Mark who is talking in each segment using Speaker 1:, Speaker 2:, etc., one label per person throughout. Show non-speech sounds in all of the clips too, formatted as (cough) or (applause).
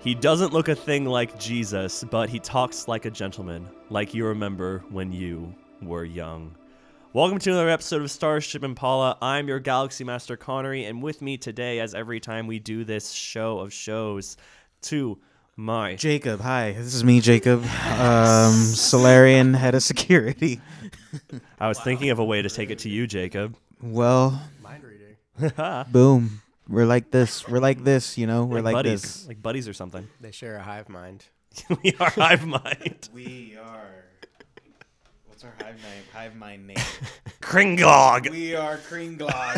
Speaker 1: He doesn't look a thing like Jesus, but he talks like a gentleman, like you remember when you were young. Welcome to another episode of Starship Impala. I'm your Galaxy Master Connery, and with me today, as every time we do this show of shows, to my
Speaker 2: Jacob, hi. This is me, Jacob. Um, Solarian head of security.
Speaker 1: I was thinking of a way to take it to you, Jacob.
Speaker 2: Well,
Speaker 3: Mind reading.
Speaker 2: boom. We're like this. We're like this. You know, we're like,
Speaker 1: buddies,
Speaker 2: this.
Speaker 1: like buddies or something. (laughs)
Speaker 3: They share a hive mind.
Speaker 1: we are hive mind.
Speaker 2: We are. What's our hive name? Hive mind name.
Speaker 1: Kringlog.
Speaker 2: We are
Speaker 1: (laughs)
Speaker 2: Kringlog.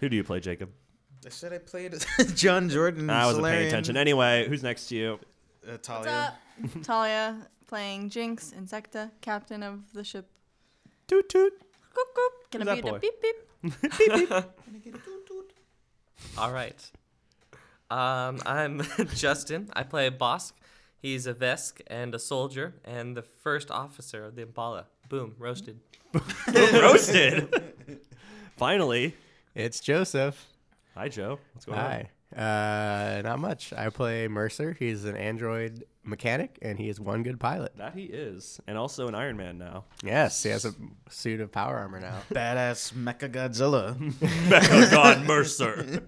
Speaker 1: Who do you play, Jacob?
Speaker 2: I said I played (laughs) John Jordan.
Speaker 1: I wasn't paying attention. Anyway, who's next to you?
Speaker 4: What's up? Talia playing Jinx, Insecta, captain of the ship.
Speaker 1: Toot toot.
Speaker 4: Coop, coop. Gonna
Speaker 1: Who's
Speaker 4: be
Speaker 1: that boy?
Speaker 4: a beep beep.
Speaker 5: All right. Um, I'm (laughs) Justin. I play Bosk. He's a Vesk and a soldier and the first officer of the Impala. Boom, roasted.
Speaker 1: Roasted. (laughs) Finally.
Speaker 3: It's Joseph.
Speaker 1: Hi, Joe. What's going on?
Speaker 3: Hi. Uh, not much. I play Mercer. He's an android mechanic, and he is one good pilot.
Speaker 1: That he is, and also an Iron Man (laughs) now.
Speaker 3: Yes, he has a suit of power armor now.
Speaker 2: Badass Mecha Godzilla. (laughs)
Speaker 1: Becca Oh, (laughs) God Mercer.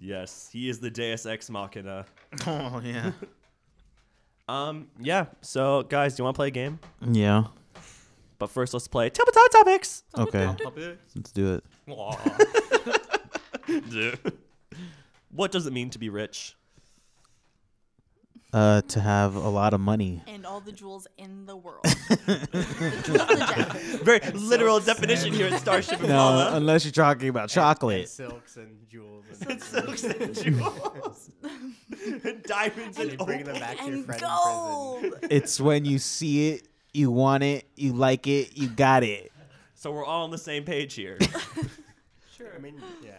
Speaker 1: yes, he is the Deus Ex Machina.
Speaker 2: oh yeah.
Speaker 1: Um, yeah. So, guys, do you want to play a game?
Speaker 2: Yeah.
Speaker 1: But first, let's play Tabletop (laughs) Topics.
Speaker 2: Okay. Let's do it.
Speaker 1: what does it mean to be rich?
Speaker 2: Uh, to have a lot of money.
Speaker 4: And all the jewels in the
Speaker 1: (laughs)
Speaker 4: world. The jewels in the jacket.
Speaker 1: Very literal definition here at (laughs) Starship
Speaker 2: No,
Speaker 1: Impala.
Speaker 2: unless you're talking about
Speaker 3: And
Speaker 2: chocolate.
Speaker 3: silks and jewels.
Speaker 1: (laughs)
Speaker 3: And
Speaker 1: Silks and jewels, (laughs) and diamonds,
Speaker 3: and
Speaker 1: and
Speaker 3: you bring them
Speaker 1: opals.
Speaker 3: back to your
Speaker 4: And
Speaker 3: friend in
Speaker 4: gold.
Speaker 2: It's when you see it, you want it, you like it, you got it.
Speaker 1: So we're all on the same page here.
Speaker 3: prison. Sure. I mean, yeah.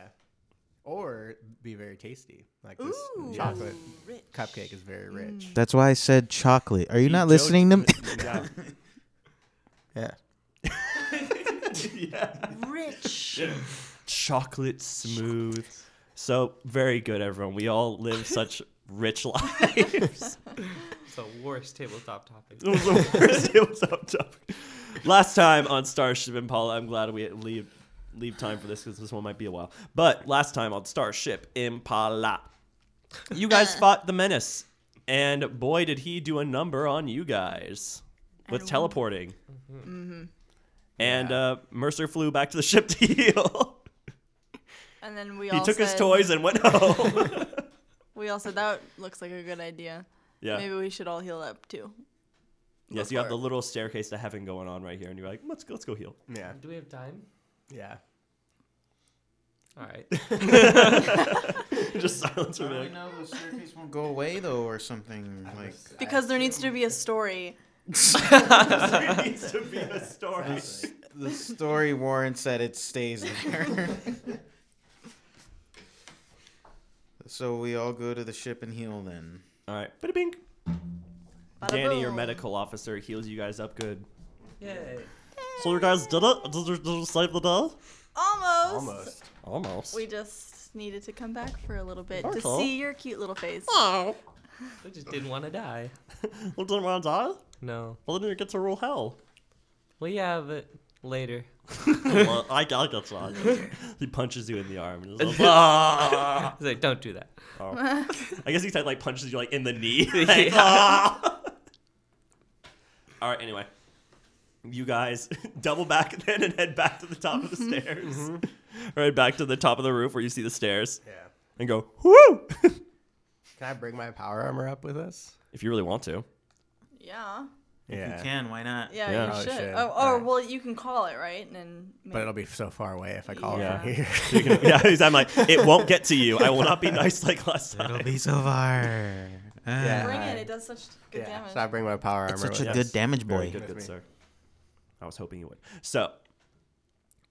Speaker 3: Or be very tasty. Like this
Speaker 4: Ooh.
Speaker 3: chocolate
Speaker 4: Rich.
Speaker 3: cupcake is very rich.
Speaker 2: That's why I said chocolate. Are you not listening to me?
Speaker 1: yeah.
Speaker 3: Yeah.
Speaker 4: Rich.
Speaker 1: chocolate smooth. So very good, everyone. We all live such rich lives. (laughs)
Speaker 5: It's the worst tabletop topic.
Speaker 1: It was the worst tabletop topic. Last time on Starship Impala, I'm glad we leave leave time for this because this one might be a while. But last time on Starship Impala, you guys
Speaker 4: Uh.
Speaker 1: fought the menace, and boy, did he do a number on you guys with
Speaker 4: And-
Speaker 1: teleporting.
Speaker 4: Mm-hmm.
Speaker 1: And uh, Mercer flew back to the ship to heal.
Speaker 4: And then we
Speaker 1: he
Speaker 4: all
Speaker 1: took
Speaker 4: said,
Speaker 1: his toys and went
Speaker 4: (laughs)
Speaker 1: home.
Speaker 4: We all said that looks like a good idea.
Speaker 1: yeah.
Speaker 4: Maybe we should all heal up too.
Speaker 1: Yes, you have the little staircase to heaven going on right here, and you're like, let's go, let's go heal. (laughs)
Speaker 4: Mm.
Speaker 3: Yeah.
Speaker 5: Do we have time?
Speaker 3: Yeah.
Speaker 5: All right.
Speaker 1: Just silence for me.
Speaker 2: know the staircase won't go away though, or something like.
Speaker 4: Because there needs to be a story.
Speaker 1: There needs to be a story.
Speaker 2: The story warrants that it stays there. (laughs) so we all go to the ship and heal then.
Speaker 1: All right, bada bing.
Speaker 4: Bada
Speaker 1: Danny, your
Speaker 4: boom.
Speaker 1: medical officer, heals you guys up good.
Speaker 5: Yay.
Speaker 1: So you guys did it? Did you, did you save the day?
Speaker 4: Almost.
Speaker 3: Almost.
Speaker 1: Almost. (laughs)
Speaker 4: We just needed to come back for a little bit
Speaker 1: That's
Speaker 4: to
Speaker 1: all.
Speaker 4: see your cute little face.
Speaker 5: We just didn't want to die.
Speaker 1: Well, didn't want to die?
Speaker 5: No.
Speaker 1: Well, then you get to rule
Speaker 4: (laughs)
Speaker 1: hell.
Speaker 5: Well, yeah, but later.
Speaker 1: well, I, I get shot. He punches you in the arm. And
Speaker 4: (laughs)
Speaker 1: it's like, "Ah."
Speaker 5: He's like, don't do that.
Speaker 1: I guess he said, like, punches you, like, in the
Speaker 3: (laughs)
Speaker 1: knee.
Speaker 5: Yeah.
Speaker 1: (laughs) All right, anyway. You guys (laughs) double back then and head back to the top of the
Speaker 3: Mm-hmm.
Speaker 1: stairs. (laughs) Or head back to the top of the roof where you see the stairs
Speaker 3: Yeah.
Speaker 1: and go, whoo! (laughs)
Speaker 3: Can I bring my power armor up with us?
Speaker 1: if you really want to.
Speaker 4: Yeah.
Speaker 3: Yeah.
Speaker 2: can, why not?
Speaker 4: Yeah,
Speaker 1: Yeah.
Speaker 4: you
Speaker 3: Oh,
Speaker 4: should.
Speaker 3: shit.
Speaker 4: Oh, or
Speaker 3: Alright.
Speaker 4: well, you can call it right, and then.
Speaker 3: But it'll be so far away if I call
Speaker 4: Yeah.
Speaker 3: it from here.
Speaker 1: You can- yeah, (laughs) 'cause I'm like, it won't get to you. I will not
Speaker 3: (laughs)
Speaker 1: be nice like last
Speaker 2: It'll
Speaker 1: time. (laughs)
Speaker 2: be so far.
Speaker 3: Yeah.
Speaker 4: bring
Speaker 3: alright.
Speaker 4: it. It does such good
Speaker 3: yeah.
Speaker 4: damage.
Speaker 3: So I bring my power armor.
Speaker 2: It's such a
Speaker 3: with-
Speaker 2: good damage
Speaker 1: Very
Speaker 2: boy.
Speaker 1: good, good
Speaker 3: me.
Speaker 1: sir. I was hoping you would. So,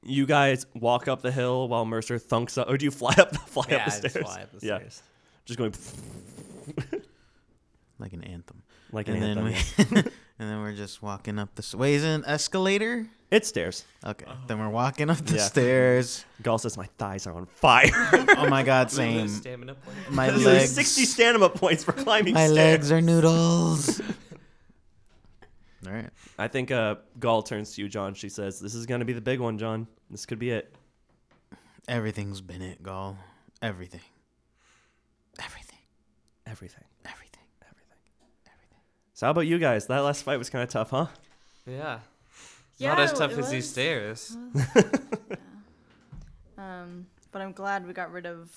Speaker 1: you guys walk up the hill while Mercer thunks up. Or do you fly up the fly
Speaker 3: yeah,
Speaker 1: up the
Speaker 3: I just
Speaker 1: stairs?
Speaker 3: fly up the
Speaker 1: yeah,
Speaker 3: stairs.
Speaker 1: just going (laughs)
Speaker 2: Like an anthem.
Speaker 1: like an
Speaker 2: and
Speaker 1: anthem.
Speaker 2: then
Speaker 1: yes. (laughs)
Speaker 2: (laughs) we, and then we're just walking up the s- wait, is it an escalator?
Speaker 1: It's stairs.
Speaker 2: Okay.
Speaker 1: Oh.
Speaker 2: Then we're walking up the
Speaker 1: Yeah. (laughs)
Speaker 2: stairs.
Speaker 1: Gall says my thighs are on fire.
Speaker 2: Oh (laughs) my god,
Speaker 5: I'm gonna
Speaker 2: same.
Speaker 5: lose Stamina point.
Speaker 1: (laughs)
Speaker 2: My
Speaker 1: Those
Speaker 2: legs.
Speaker 1: are sixty stand up points for climbing
Speaker 2: my
Speaker 1: stairs.
Speaker 2: legs
Speaker 1: (laughs)
Speaker 2: are noodles. All right.
Speaker 1: I think uh, Gall turns to you, John. She says, "This is gonna be the big one, John. This could be it."
Speaker 2: Everything's been it, Gall. Everything. Everything.
Speaker 1: Everything.
Speaker 2: Everything.
Speaker 1: Everything.
Speaker 2: Everything.
Speaker 1: So how about you guys? That last fight was kind of tough, huh?
Speaker 5: Yeah.
Speaker 4: Yeah,
Speaker 5: Not as
Speaker 4: it
Speaker 5: tough as these
Speaker 4: was.
Speaker 5: stairs.
Speaker 4: Um, but I'm glad we got rid of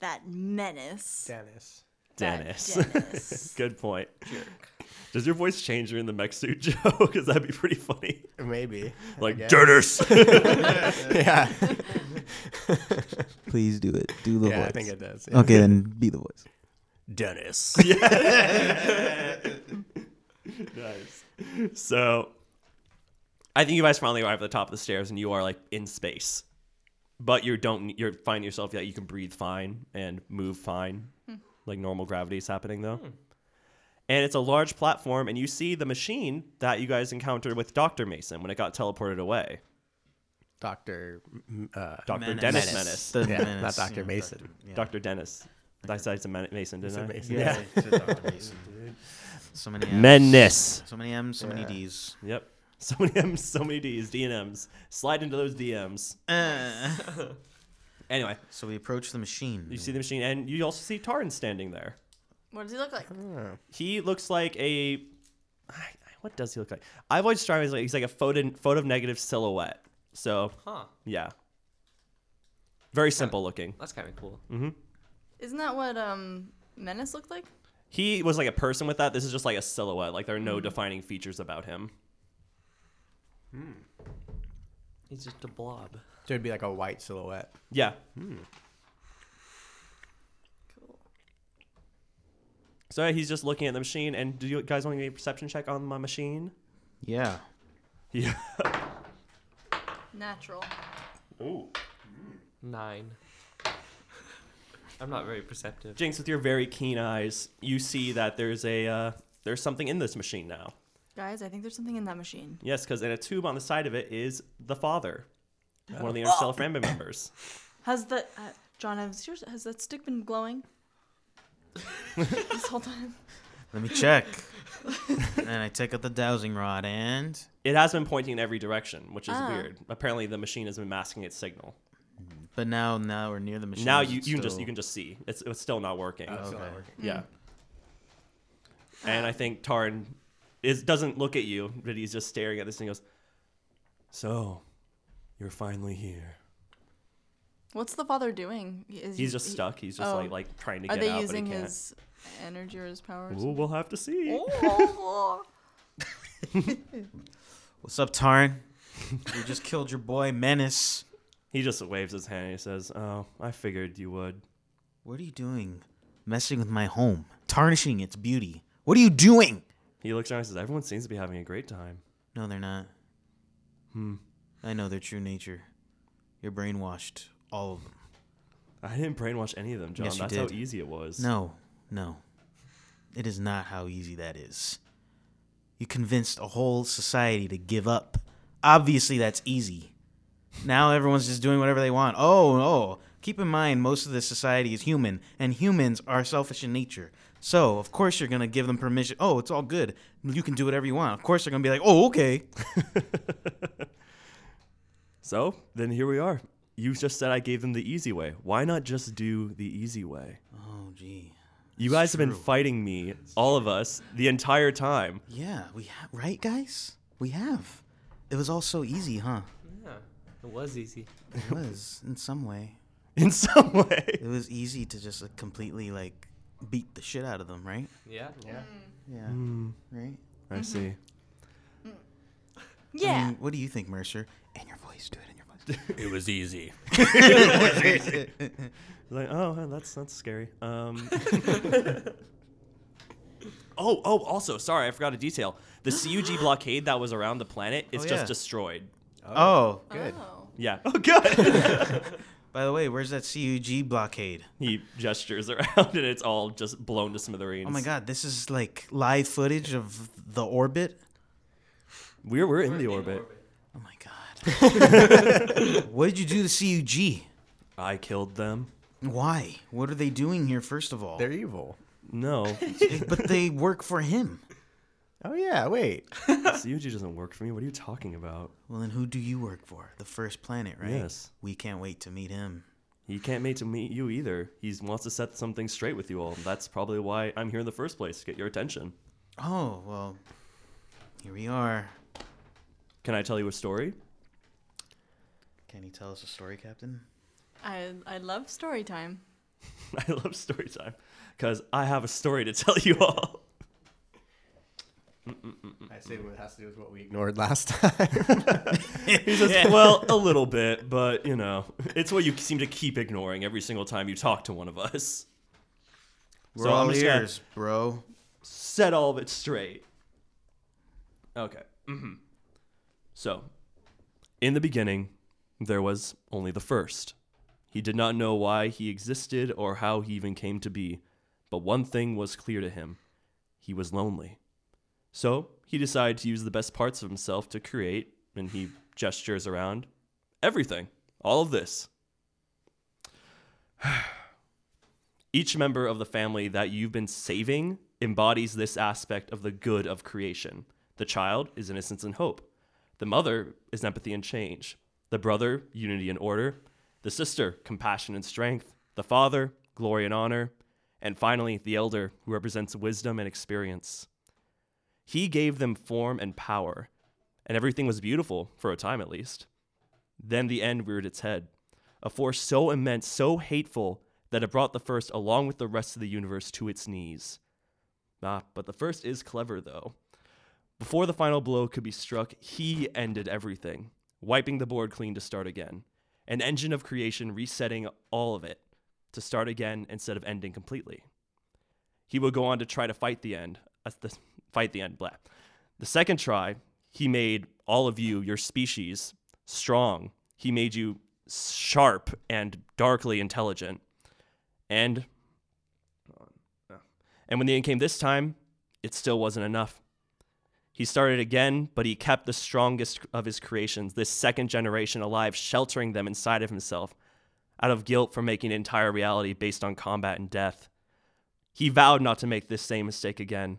Speaker 4: that menace.
Speaker 3: Dennis.
Speaker 4: That
Speaker 1: Dennis.
Speaker 4: Dennis.
Speaker 1: (laughs) Good point. Does your voice change during the mech suit, (laughs) Joe? Because that'd be pretty funny.
Speaker 3: Maybe. I
Speaker 1: Like
Speaker 3: guess.
Speaker 1: Dennis.
Speaker 3: yeah.
Speaker 2: Please do it. Do the
Speaker 3: yeah,
Speaker 2: voice.
Speaker 3: I think it does. yeah.
Speaker 2: okay, then be the voice.
Speaker 3: Dennis.
Speaker 1: nice. So, I think you guys finally arrive at the top of the stairs, and you are like in space, but you don't. You're finding yourself that you can breathe fine and move fine, like normal gravity is happening though. And it's a large platform, and you see the machine that you guys encountered with Doctor Mason when it got teleported away.
Speaker 3: Doctor. Uh,
Speaker 1: Doctor Dennis
Speaker 2: Menace.
Speaker 3: Menace.
Speaker 1: Menace.
Speaker 2: The
Speaker 3: yeah,
Speaker 2: menace,
Speaker 3: not
Speaker 2: yeah,
Speaker 3: Doctor Mason.
Speaker 1: Doctor Dennis. I said it's a Men- Mason, didn't I?
Speaker 3: Said Mason.
Speaker 1: Yeah.
Speaker 2: Yeah, it's Dr.
Speaker 1: (laughs)
Speaker 2: Mason. So many M's.
Speaker 1: Menace.
Speaker 2: So many M's, so many
Speaker 1: (laughs)
Speaker 2: D's.
Speaker 1: Yep. So many M's, so many D's, D and M's. Slide into those DMs.
Speaker 2: Uh,
Speaker 1: Anyway,
Speaker 2: so we approach the machine.
Speaker 1: you see the machine, and you also see Taran standing there.
Speaker 4: What does he look like?
Speaker 1: He looks like a. I- What does he look like? I've always described him as like he's like a photo photo negative silhouette. So
Speaker 5: Huh.
Speaker 1: yeah, very simple looking.
Speaker 5: That's kind of cool.
Speaker 4: Isn't that what um menace looked like?
Speaker 1: He was like a person with that. This is just like a silhouette. Like there are no defining features about him.
Speaker 5: He's just a blob.
Speaker 3: So it'd be like a white silhouette.
Speaker 1: Yeah.
Speaker 4: Cool.
Speaker 1: So he's just looking at the machine. And do you guys want to make a perception check on my machine?
Speaker 2: Yeah.
Speaker 1: Yeah.
Speaker 4: Natural.
Speaker 1: Ooh.
Speaker 5: Nine. (laughs) I'm not very perceptive.
Speaker 1: (laughs) Jinx, with your very keen eyes, you see that there's a uh, there's something in this machine now.
Speaker 4: Guys, I think there's something in that machine.
Speaker 1: Yes, because in a tube on the side of it is the father, one of the Interstellar family members.
Speaker 4: Has the uh, John has yours has that stick been
Speaker 1: (laughs)
Speaker 4: glowing? this whole time.
Speaker 2: Let me check. and I take out the dowsing rod and
Speaker 1: It has been pointing in every direction, which is
Speaker 4: Ah.
Speaker 1: weird. Apparently, the machine has been masking its signal.
Speaker 2: but now now we're near the machine.
Speaker 1: now
Speaker 2: is
Speaker 1: you,
Speaker 2: it
Speaker 1: you can just
Speaker 2: still- Oh.
Speaker 1: you can just see it's it's still not working.
Speaker 3: Still not
Speaker 2: Okay.
Speaker 3: working.
Speaker 1: Yeah.
Speaker 4: Hmm.
Speaker 1: And I think Tarn is doesn't look at you, but he's just staring at this thing. and Goes, so you're finally here.
Speaker 4: What's the father doing? Is
Speaker 1: He's
Speaker 4: he-
Speaker 1: just
Speaker 4: he-
Speaker 1: stuck. He's just
Speaker 4: oh.
Speaker 1: like like trying to
Speaker 4: Are
Speaker 1: get
Speaker 4: they
Speaker 1: out,
Speaker 4: using
Speaker 1: but he can't.
Speaker 4: his Oh. energy or his powers?
Speaker 1: Ooh, we'll have to see. (laughs)
Speaker 2: What's up, Tarn? (laughs) you just killed your boy Menace.
Speaker 1: He just waves his hand and he says, "Oh, I figured you would."
Speaker 2: What are you doing? Messing with my home. Tarnishing its beauty. What are you doing?
Speaker 1: He looks around and says, "Everyone seems to be having a great time."
Speaker 2: No, they're not. Hmm. I know their true nature. You're brainwashed. All of them.
Speaker 1: I didn't brainwash any of them, John.
Speaker 2: Yes, you
Speaker 1: That's how
Speaker 2: did.
Speaker 1: easy it was.
Speaker 2: No, no. It is not how easy that is. You convinced a whole society to give up. Obviously, that's easy. Now everyone's just doing whatever they want. Oh, no. Keep in mind, most of this society is human, and humans are selfish in nature. So, of course, you're going to give them permission. Oh, it's all good. You can do whatever you want. Of course, they're going to be like, oh, okay.
Speaker 1: So then here we are. You just said I gave them the easy way. Why not just do the easy way?
Speaker 2: Oh, gee.
Speaker 1: You guys have been fighting me, all of us, the entire time. (laughs)
Speaker 2: Yeah, we ha- right, guys? We have. It was all so easy, huh?
Speaker 5: Yeah. It was easy.
Speaker 2: (laughs) It was, in some way.
Speaker 1: In some way.
Speaker 2: It was easy to just like completely like beat the shit out of them, right?
Speaker 5: Yeah.
Speaker 3: Yeah.
Speaker 2: Yeah. Right?
Speaker 1: (laughs) I see.
Speaker 4: yeah.
Speaker 2: I mean, what do you think, Mercer? In your voice, do it in your voice.
Speaker 1: It was easy. like, oh, huh, that's that's scary. (laughs) Um, oh, oh, also, sorry, I forgot a detail. The (gasps) CUG blockade that was around the planet is
Speaker 2: Oh,
Speaker 1: just
Speaker 2: yeah.
Speaker 1: destroyed.
Speaker 2: oh,
Speaker 3: Good.
Speaker 4: Oh.
Speaker 1: Yeah. Oh, good.
Speaker 2: by the way, where's that CUG blockade?
Speaker 1: (laughs) he gestures (laughs) around, and it's all just blown to smithereens.
Speaker 2: Oh my god, this is like live footage of the orbit.
Speaker 1: We're we're in the orbit.
Speaker 2: Oh my god. what did you do to CUG?
Speaker 1: I killed them.
Speaker 2: Why? What are they doing here? First of all,
Speaker 3: They're evil.
Speaker 1: (laughs) No,
Speaker 2: (laughs) but they work for him.
Speaker 3: Oh yeah, wait.
Speaker 1: Yuji doesn't work for me. What are you talking about?
Speaker 2: Well, then who do you work for? The first planet, right?
Speaker 1: Yes.
Speaker 2: We can't wait to meet him.
Speaker 1: He can't make to meet you either. He wants to set something straight with you all. That's probably why I'm here in the first place. Get your attention.
Speaker 2: Oh well, here we are.
Speaker 1: Can I tell you a story? (laughs)
Speaker 2: Can you tell us a story, Captain?
Speaker 4: I I love story time.
Speaker 1: I love story time because I have a story to tell you all.
Speaker 3: I say what it has to do with what we ignored last (laughs) time.
Speaker 1: He says, (laughs) "Well, a little bit, but you know, it's what you seem to keep ignoring every single time you talk to one of us."
Speaker 2: We're
Speaker 1: So I'm
Speaker 2: all
Speaker 1: just gonna-
Speaker 2: ears, bro.
Speaker 1: set all of it straight. Okay. hmm So, in the beginning, there was only the first. He did not know why he existed or how he even came to be, but one thing was clear to him he was lonely. So, he decided to use the best parts of himself to create, and he gestures around everything, all of this. Each member of the family that you've been saving embodies this aspect of the good of creation. The child is innocence and hope. The mother is empathy and change. The brother, unity and order. The sister, compassion and strength. The father, glory and honor. And finally, the elder, who represents wisdom and experience. He gave them form and power, and everything was beautiful, for a time at least. Then the end reared its head. A force so immense, so hateful, that it brought the first, along with the rest of the universe, to its knees. Ah, but the first is clever, though. Before the final blow could be struck, he ended everything, wiping the board clean to start again. An engine of creation resetting all of it to start again instead of ending completely. He would go on to try to fight the end. uh, the- fight the end, blah. The second try, he made all of you, your species, strong. He made you sharp and darkly intelligent. And and when the end came this time, it still wasn't enough. He started again, but he kept the strongest of his creations, this second generation alive, sheltering them inside of himself out of guilt for making an entire reality based on combat and death. He vowed not to make this same mistake again.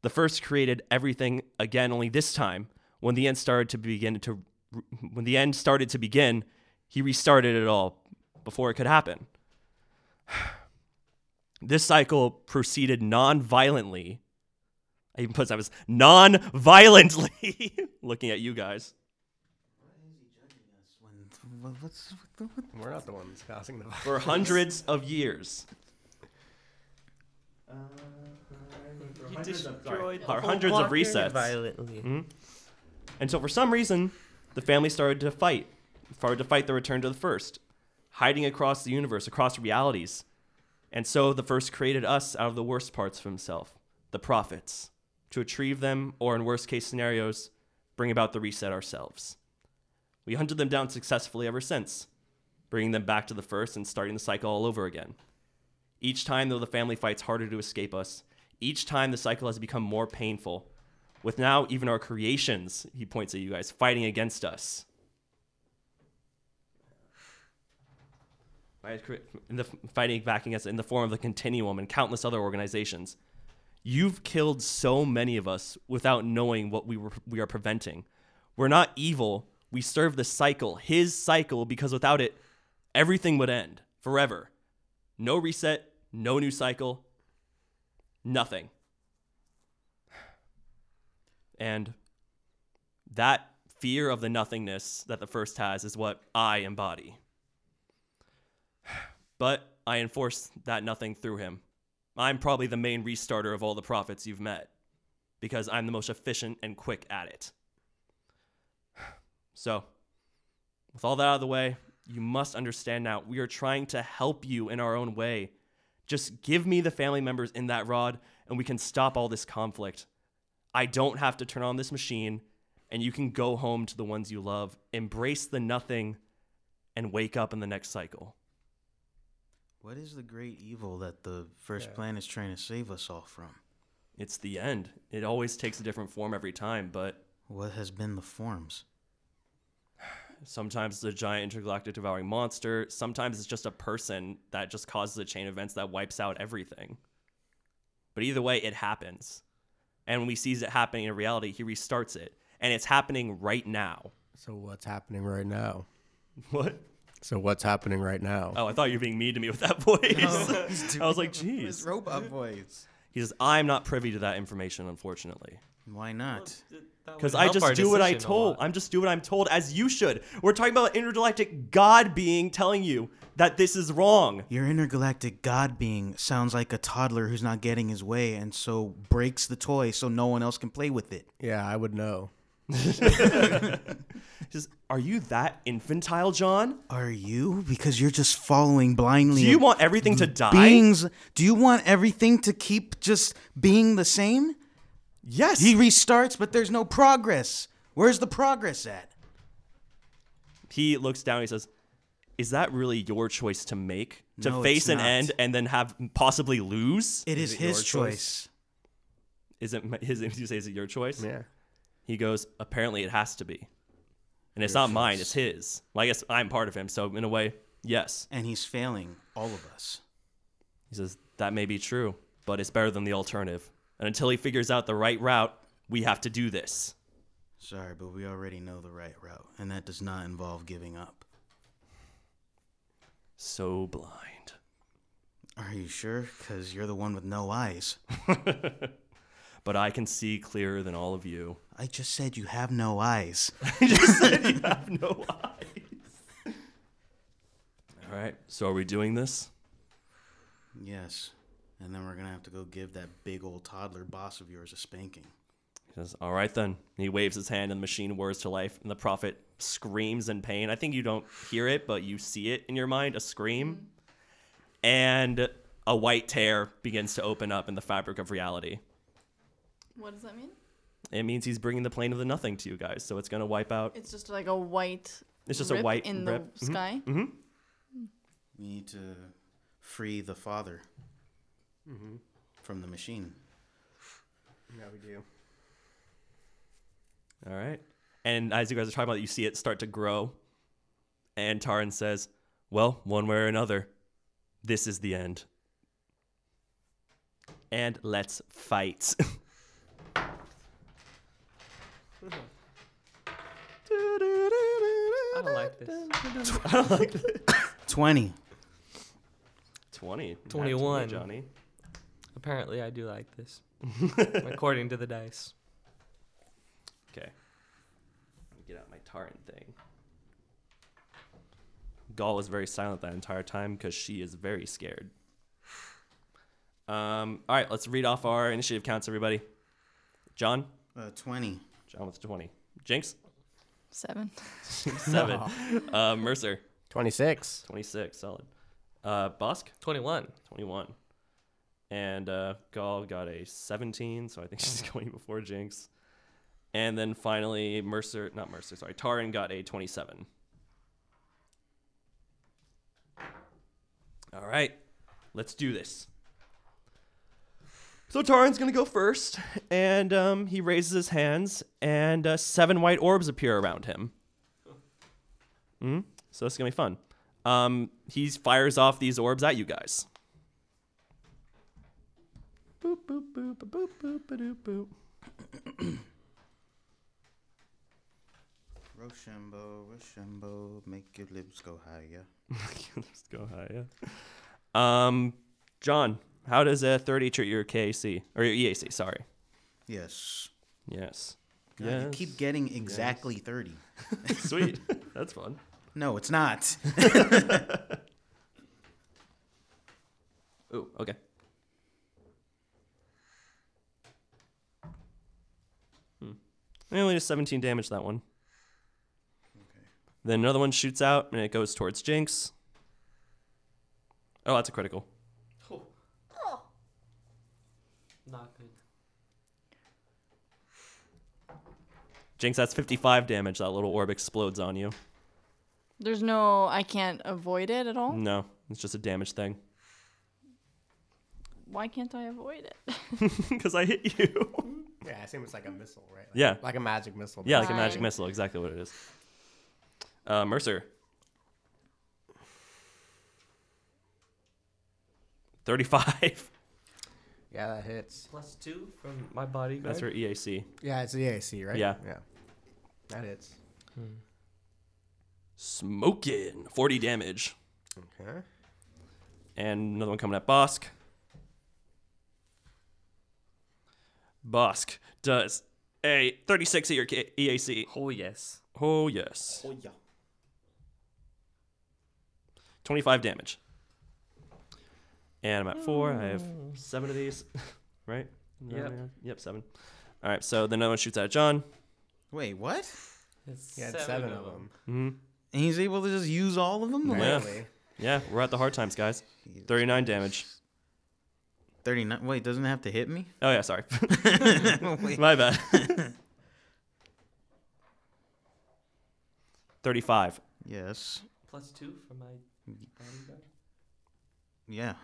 Speaker 1: The first created everything again, only this time, when the end started to begin to when the end started to begin, he restarted it all before it could happen. (sighs) This cycle proceeded non-violently. I even put that was non-violently (laughs) looking at you guys.
Speaker 2: What- What's what, what,
Speaker 3: We're not the ones causing the
Speaker 1: for hundreds of years. Uh, He destroyed or hundreds of resets.
Speaker 5: Violently.
Speaker 1: And so for some reason, the family started to fight, started to fight the return to the first, hiding across the universe, across realities. And so the first created us out of the worst parts of himself, the prophets, to retrieve them, or in worst case scenarios, bring about the reset ourselves. We hunted them down successfully ever since, bringing them back to the first and starting the cycle all over again. Each time, though, the family fights harder to escape us. Each time, the cycle has become more painful. With now, even our creations, he points at you guys, fighting against us. By cre- In the fighting back against in the form of the Continuum and countless other organizations. You've killed so many of us without knowing what we were we are preventing. We're not evil. We serve the cycle, his cycle, because without it, everything would end forever. No reset, no new cycle, nothing. And that fear of the nothingness that the first has is what I embody. But I enforce that nothing through him. I'm probably the main restarter of all the prophets you've met because I'm the most efficient and quick at it. So, with all that out of the way, you must understand now we are trying to help you in our own way. Just give me the family members in that rod and we can stop all this conflict. I don't have to turn on this machine and you can go home to the ones you love, embrace the nothing, and wake up in the next cycle.
Speaker 2: what is the great evil that the first planet is trying to save us all from?
Speaker 1: It's the end. It always takes a different form every time, but
Speaker 2: What has been the forms?
Speaker 1: Sometimes it's a giant intergalactic devouring monster. Sometimes it's just a person that just causes a chain of events that wipes out everything. But either way, it happens. And when he sees it happening in reality, he restarts it. And it's happening right now.
Speaker 3: So what's happening right now?
Speaker 1: What?
Speaker 3: So what's happening right now?
Speaker 1: Oh, I thought you were being mean to me with that (laughs) voice. (laughs) I (laughs) was like,
Speaker 2: His
Speaker 1: geez.
Speaker 2: robot voice.
Speaker 1: He says, I'm not privy to that information, unfortunately.
Speaker 2: Why not?
Speaker 1: Because I just do what I told. I'm just do what I'm told, as you should. We're talking about intergalactic god being telling you that this is wrong.
Speaker 2: Your intergalactic god being sounds like a toddler who's not getting his way and so breaks the toy so no one else can play with it.
Speaker 3: Yeah, I would know.
Speaker 1: He says, "Are you that infantile, John?
Speaker 2: Are you? Because you're just following blindly.
Speaker 1: Do you want everything to die?
Speaker 2: beings? Do you want everything to keep just being the same?
Speaker 1: yes.
Speaker 2: He
Speaker 1: He,
Speaker 2: restarts, but there's no progress. Where's the progress at?
Speaker 1: looks down. He says, "Is that really your choice to make to
Speaker 2: No, it's
Speaker 1: face an
Speaker 2: not.
Speaker 1: end and then have possibly lose?
Speaker 2: It is,
Speaker 3: it
Speaker 2: his
Speaker 3: your
Speaker 2: choice.
Speaker 3: choice?
Speaker 1: Is it my- his? You say, is it your choice?
Speaker 3: Yeah.
Speaker 1: He goes, apparently it has to be. And it's not mine, it's his. Well, I guess I'm part of him, so in a way, yes.
Speaker 2: And he's failing all of us.
Speaker 1: He says, that may be true, but it's better than the alternative. And until he figures out the right route, we have to do this.
Speaker 2: Sorry, but we already know the right route, and that does not involve giving up.
Speaker 1: So blind.
Speaker 2: Are you sure? Because you're the one with no eyes.
Speaker 1: But I can see clearer than all of you.
Speaker 2: I just said you have no (laughs) eyes.
Speaker 1: No eyes. all right, so are we doing this?
Speaker 2: yes. And then we're going to have to go give that big old toddler boss of yours a spanking.
Speaker 1: He says, all right then. He waves his hand and the machine whirs to life, and the prophet screams in pain. I think you don't hear it, but you see it in your mind a scream. And a white tear begins to open up in the fabric of reality.
Speaker 4: What does that mean?
Speaker 1: It means he's bringing the plane of the nothing to you guys, so it's going to wipe out.
Speaker 4: It's just like a white.
Speaker 1: It's just a
Speaker 4: rip
Speaker 1: white
Speaker 4: in
Speaker 1: rip. Mm-hmm.
Speaker 4: the sky.
Speaker 2: We need to free the father
Speaker 1: Mm-hmm.
Speaker 2: from the machine.
Speaker 3: Yeah, we do.
Speaker 1: All right. And as you guys are talking about it, you see it start to grow. And Taran says, Well, one way or another, this is the end. And let's fight. (laughs)
Speaker 5: I don't like
Speaker 1: (laughs)
Speaker 5: this.
Speaker 2: 20.
Speaker 1: 20. Back to you,
Speaker 5: 21.
Speaker 1: Johnny.
Speaker 5: Apparently, I do like
Speaker 1: (laughs)
Speaker 5: this, according to the dice.
Speaker 1: Okay. Let me get out my Taran thing. Gaul was very silent that entire time because she is very scared. Um, all right, let's read off our initiative counts, everybody. John,
Speaker 2: Uh, 20.
Speaker 1: John with 20. Jinx,
Speaker 4: Seven. (laughs)
Speaker 1: 7. uh, Mercer,
Speaker 3: 26.
Speaker 1: 26. Solid. Uh, Bosk,
Speaker 5: 21.
Speaker 1: 21. And uh, Gaul got a 17, so I think (laughs) she's going before Jinx. And then finally, Mercer, not Mercer, sorry, Taran got a 27. All right, let's do this. So Taran's going to go first, and um, he raises his hands, and uh, seven white orbs appear around him. hmm So this is going to be fun. Um, he fires off these orbs at you guys. Boop, boop, boop, boop, boop, boop, boop. (laughs)
Speaker 2: Rochambeau, Rochambeau, make your lips go higher.
Speaker 1: Let's go higher. Um, John, how does a 30 treat your KC or your EAC? Sorry.
Speaker 2: Yes.
Speaker 1: Yes.
Speaker 2: God, You keep getting exactly 30.
Speaker 1: (laughs) Sweet. That's fun.
Speaker 2: No, it's not.
Speaker 1: Ooh, okay. Hmm. I only did 17 damage that one. Then another one shoots out and it goes towards Jinx. Oh, that's a critical.
Speaker 5: Not good.
Speaker 1: Jinx, that's 55 damage. That little orb explodes on you.
Speaker 4: There's no. I can't avoid it at all.
Speaker 1: No, it's just a damage thing. (laughs)
Speaker 4: Why can't I avoid it? (laughs)
Speaker 1: Because I hit you.
Speaker 3: Yeah, I assume it's like a missile, right? Like,
Speaker 1: Yeah.
Speaker 3: Like a magic missile.
Speaker 1: Yeah, like a magic
Speaker 4: Fine.
Speaker 1: missile, exactly what it is. Uh, Mercer. 35.
Speaker 3: Yeah, that hits.
Speaker 5: Plus two from my body.
Speaker 1: (laughs) That's her E EAC.
Speaker 3: Yeah, it's the AC, right?
Speaker 1: Yeah.
Speaker 3: Yeah. That hits.
Speaker 5: Hmm.
Speaker 1: Smoking. 40 damage.
Speaker 3: Okay.
Speaker 1: And another one coming at Bosk. Bosk does a 36 at your K- EAC.
Speaker 5: Oh yes.
Speaker 1: Oh, yes. Oh, yeah. 25 damage. And I'm at four. I have seven of these, (laughs) right?
Speaker 5: Yep.
Speaker 1: Yeah. Yep, seven. All right, so then another one shoots at John.
Speaker 2: Wait, what?
Speaker 5: It's
Speaker 3: He had seven, of them.
Speaker 1: Mm-hmm.
Speaker 2: And he's able to just use all of them?
Speaker 1: Yeah.
Speaker 2: Like,
Speaker 3: Apparently.
Speaker 1: Yeah, we're at the hard times, guys. 39 damage.
Speaker 2: 39. Wait, doesn't it have to hit me?
Speaker 1: Oh, yeah, sorry.
Speaker 2: Wait.
Speaker 1: My bad. 35.
Speaker 2: Yes.
Speaker 5: Plus two from my bodyguard.
Speaker 2: Yeah.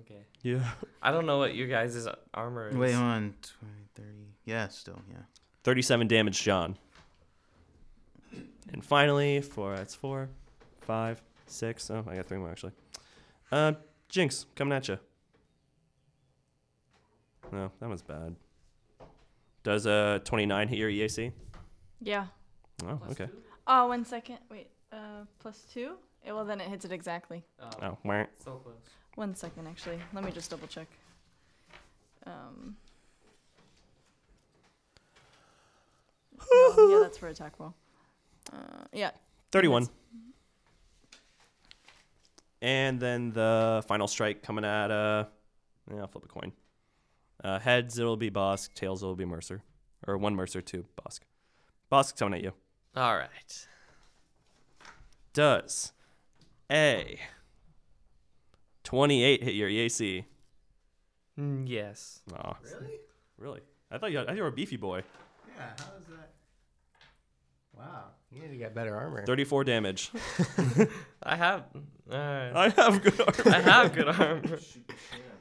Speaker 5: Okay.
Speaker 1: Yeah.
Speaker 5: I don't know what your guys' armor is.
Speaker 2: Wait, hold on. 20, 30. Yeah, still, yeah.
Speaker 1: 37 damage, John. And finally, four. That's four, five, six. Oh, I got three more actually. Uh, Jinx, coming at you. No, that one's bad. Does uh 29 hit your EAC?
Speaker 4: Yeah.
Speaker 1: Oh, okay.
Speaker 4: Oh, one second. Wait. Uh, plus two. Eh, well, then it hits it exactly.
Speaker 5: Oh,
Speaker 1: Oh, wah.
Speaker 5: so close.
Speaker 4: One second, actually. Let me just double check.
Speaker 1: (laughs)
Speaker 4: Um. no, yeah, that's for attack roll. Uh, yeah.
Speaker 1: 31. And then the final strike coming at uh, yeah, I'll flip a coin. Uh, heads it'll be Bosk, tails it'll be Mercer, or one Mercer, two Bosk. Bosk coming at you.
Speaker 5: All right.
Speaker 1: Does A 28 hit your EAC?
Speaker 5: Mm, yes.
Speaker 1: Aw. Really? Really? I thought you had, I thought you were a beefy boy.
Speaker 3: Yeah, how is that? Wow. You need to get better armor.
Speaker 1: 34 damage. (laughs)
Speaker 5: I have. All right.
Speaker 1: I have good armor.
Speaker 5: I have good armor.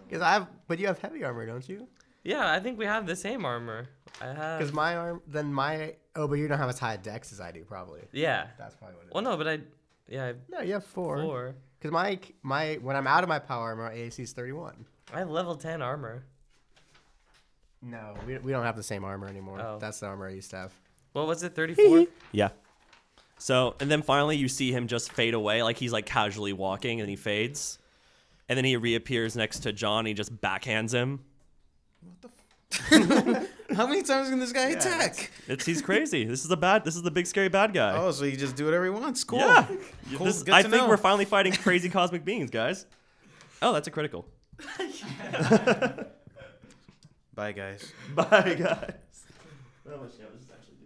Speaker 3: Because I have, but you have heavy armor, don't you?
Speaker 5: Yeah, I think we have the same armor.
Speaker 1: (laughs)
Speaker 5: I
Speaker 3: Because
Speaker 5: have.
Speaker 3: my arm, then my. Oh, but you don't have as high a dex as I do, probably.
Speaker 5: Yeah.
Speaker 3: That's probably what it is.
Speaker 5: Well, Oh, no, but I. Yeah, I have
Speaker 3: No, you have four.
Speaker 5: four.
Speaker 3: Because my my when I'm out of my power armor, my AAC is 31.
Speaker 5: I have level 10 armor.
Speaker 3: No, we, we don't have the same armor anymore.
Speaker 5: Oh.
Speaker 3: That's the armor I used to have.
Speaker 5: What was it, (laughs) 34?
Speaker 1: Yeah. So, and then finally you see him just fade away. Like he's like casually walking and he fades. And then he reappears next to John. And he just backhands him. (laughs)
Speaker 2: How many times can this guy attack?
Speaker 1: It's he's crazy. this is the bad. This is the big scary bad guy.
Speaker 2: Oh, so you just do whatever he wants. Cool.
Speaker 1: Yeah.
Speaker 2: Cool.
Speaker 1: This-
Speaker 2: Good
Speaker 1: I
Speaker 2: to
Speaker 1: think
Speaker 2: know.
Speaker 1: we're finally fighting crazy cosmic beings, guys. Oh, that's a critical.
Speaker 2: (laughs) Bye, guys.
Speaker 1: Bye, guys.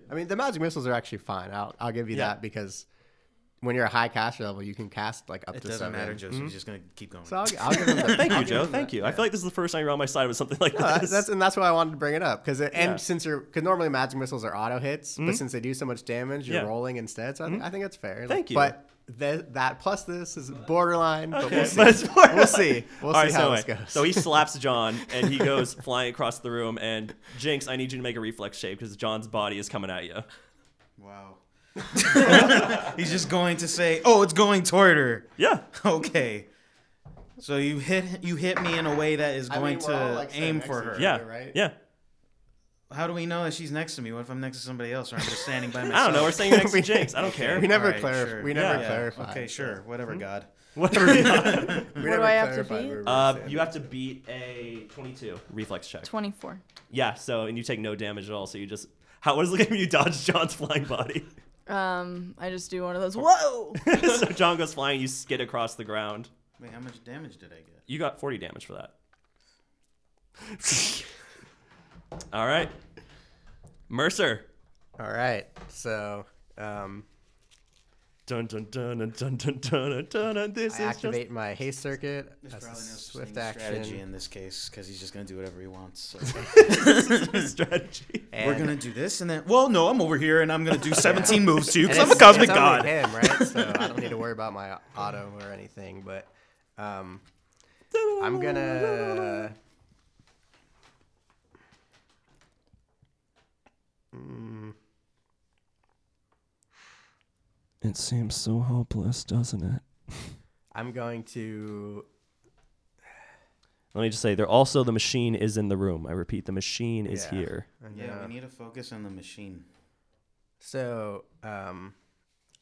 Speaker 3: I mean, the magic missiles are actually fine. I'll I'll give you
Speaker 1: Yeah.
Speaker 3: that because when you're a high caster level, you can cast like up
Speaker 2: It
Speaker 3: to
Speaker 2: doesn't
Speaker 3: seven.
Speaker 2: matter,
Speaker 1: Mm-hmm.
Speaker 2: Joseph. You're just going to keep going.
Speaker 3: So I'll, I'll give them
Speaker 1: (laughs)
Speaker 3: the,
Speaker 1: Thank
Speaker 3: I'll
Speaker 1: you,
Speaker 3: give
Speaker 1: Joe.
Speaker 3: them
Speaker 1: Thank
Speaker 3: that.
Speaker 1: you. I feel like this is the first time you're on my side with something like
Speaker 3: No, that-
Speaker 1: this.
Speaker 3: that's and that's why I wanted to bring it up because and since you're because normally magic missiles are auto hits, but since they do so much damage,
Speaker 1: Mm-hmm.
Speaker 3: you're
Speaker 1: Yeah. Mm-hmm.
Speaker 3: rolling instead. So I, think I think it's fair.
Speaker 1: Thank you.
Speaker 3: But th- that plus this is borderline. But we'll
Speaker 1: Okay, (laughs)
Speaker 3: see.
Speaker 1: but it's more
Speaker 3: we'll
Speaker 1: like-
Speaker 3: see. We'll
Speaker 1: All
Speaker 3: see
Speaker 1: right,
Speaker 3: how
Speaker 1: so
Speaker 3: this
Speaker 1: anyway,
Speaker 3: goes. (laughs)
Speaker 1: So he slaps John, and he goes flying across the room. And Jinx, I need you to make a reflex shape because John's body is coming at you.
Speaker 2: Wow. (laughs) He's just going to say, "Oh, it's going toward her." (laughs)
Speaker 1: Yeah,
Speaker 2: Okay. So you hit you hit me in a way that is
Speaker 3: I
Speaker 2: going
Speaker 3: mean, we're all,
Speaker 2: to
Speaker 3: like, sitting
Speaker 2: aim
Speaker 3: next
Speaker 2: for
Speaker 3: to
Speaker 2: her.
Speaker 3: each
Speaker 1: yeah,
Speaker 3: You're right.
Speaker 1: yeah.
Speaker 2: How do we know that she's next to me? What if I'm next to somebody else or I'm just standing by
Speaker 1: (laughs)
Speaker 2: myself?
Speaker 1: I don't know. We're saying next to
Speaker 3: (laughs) We-
Speaker 1: Jinx. I don't
Speaker 3: we
Speaker 1: care.
Speaker 3: never
Speaker 2: Alright,
Speaker 3: clarif-
Speaker 2: sure.
Speaker 3: we never
Speaker 1: Yeah.
Speaker 3: clarified.
Speaker 2: Okay, sure.
Speaker 1: Hmm?
Speaker 2: Whatever, God.
Speaker 1: Whatever.
Speaker 3: (laughs)
Speaker 1: you want.
Speaker 3: We
Speaker 4: What
Speaker 3: never
Speaker 4: do I have to
Speaker 3: clarified
Speaker 4: beat?
Speaker 3: where we were
Speaker 1: uh,
Speaker 3: standing.
Speaker 1: you have to beat a 22 reflex check.
Speaker 4: Twenty-four.
Speaker 1: Yeah. So and you take no damage at all. So you just how what does it look like when you dodge John's flying body? (laughs)
Speaker 4: Um, I just do one of those. Whoa!
Speaker 1: so John goes flying. You skid across the ground.
Speaker 2: Wait, how much damage did I get?
Speaker 1: You got 40 damage for that. All right. Mercer.
Speaker 3: All right. So um,
Speaker 1: Dun dun dun dun dun dun dun dun. dun. This is
Speaker 3: I
Speaker 1: just
Speaker 3: activate my haste circuit. That's
Speaker 2: There's
Speaker 3: a
Speaker 2: probably no such
Speaker 3: swift
Speaker 2: thing as strategy
Speaker 3: action.
Speaker 2: in this case because he's just gonna do whatever he wants. so.
Speaker 3: (laughs)
Speaker 1: strategy.
Speaker 2: We're
Speaker 3: and-
Speaker 2: gonna do this and then. Well, no, I'm over here and I'm gonna
Speaker 3: (laughs)
Speaker 2: do 17 moves to you
Speaker 3: and
Speaker 2: because I'm a
Speaker 3: it's-
Speaker 2: cosmic
Speaker 3: it's only
Speaker 2: god. (laughs)
Speaker 3: Him, right? So I don't need to worry about my auto or anything. But um, I'm gonna. Mm.
Speaker 1: It seems so hopeless, doesn't it?
Speaker 3: I'm going to.
Speaker 1: Let me just say, they're also the machine is in the room. I repeat, the machine is
Speaker 3: Yeah.
Speaker 1: here.
Speaker 2: Yeah,
Speaker 3: uh,
Speaker 2: we need to focus on the machine.
Speaker 3: So um,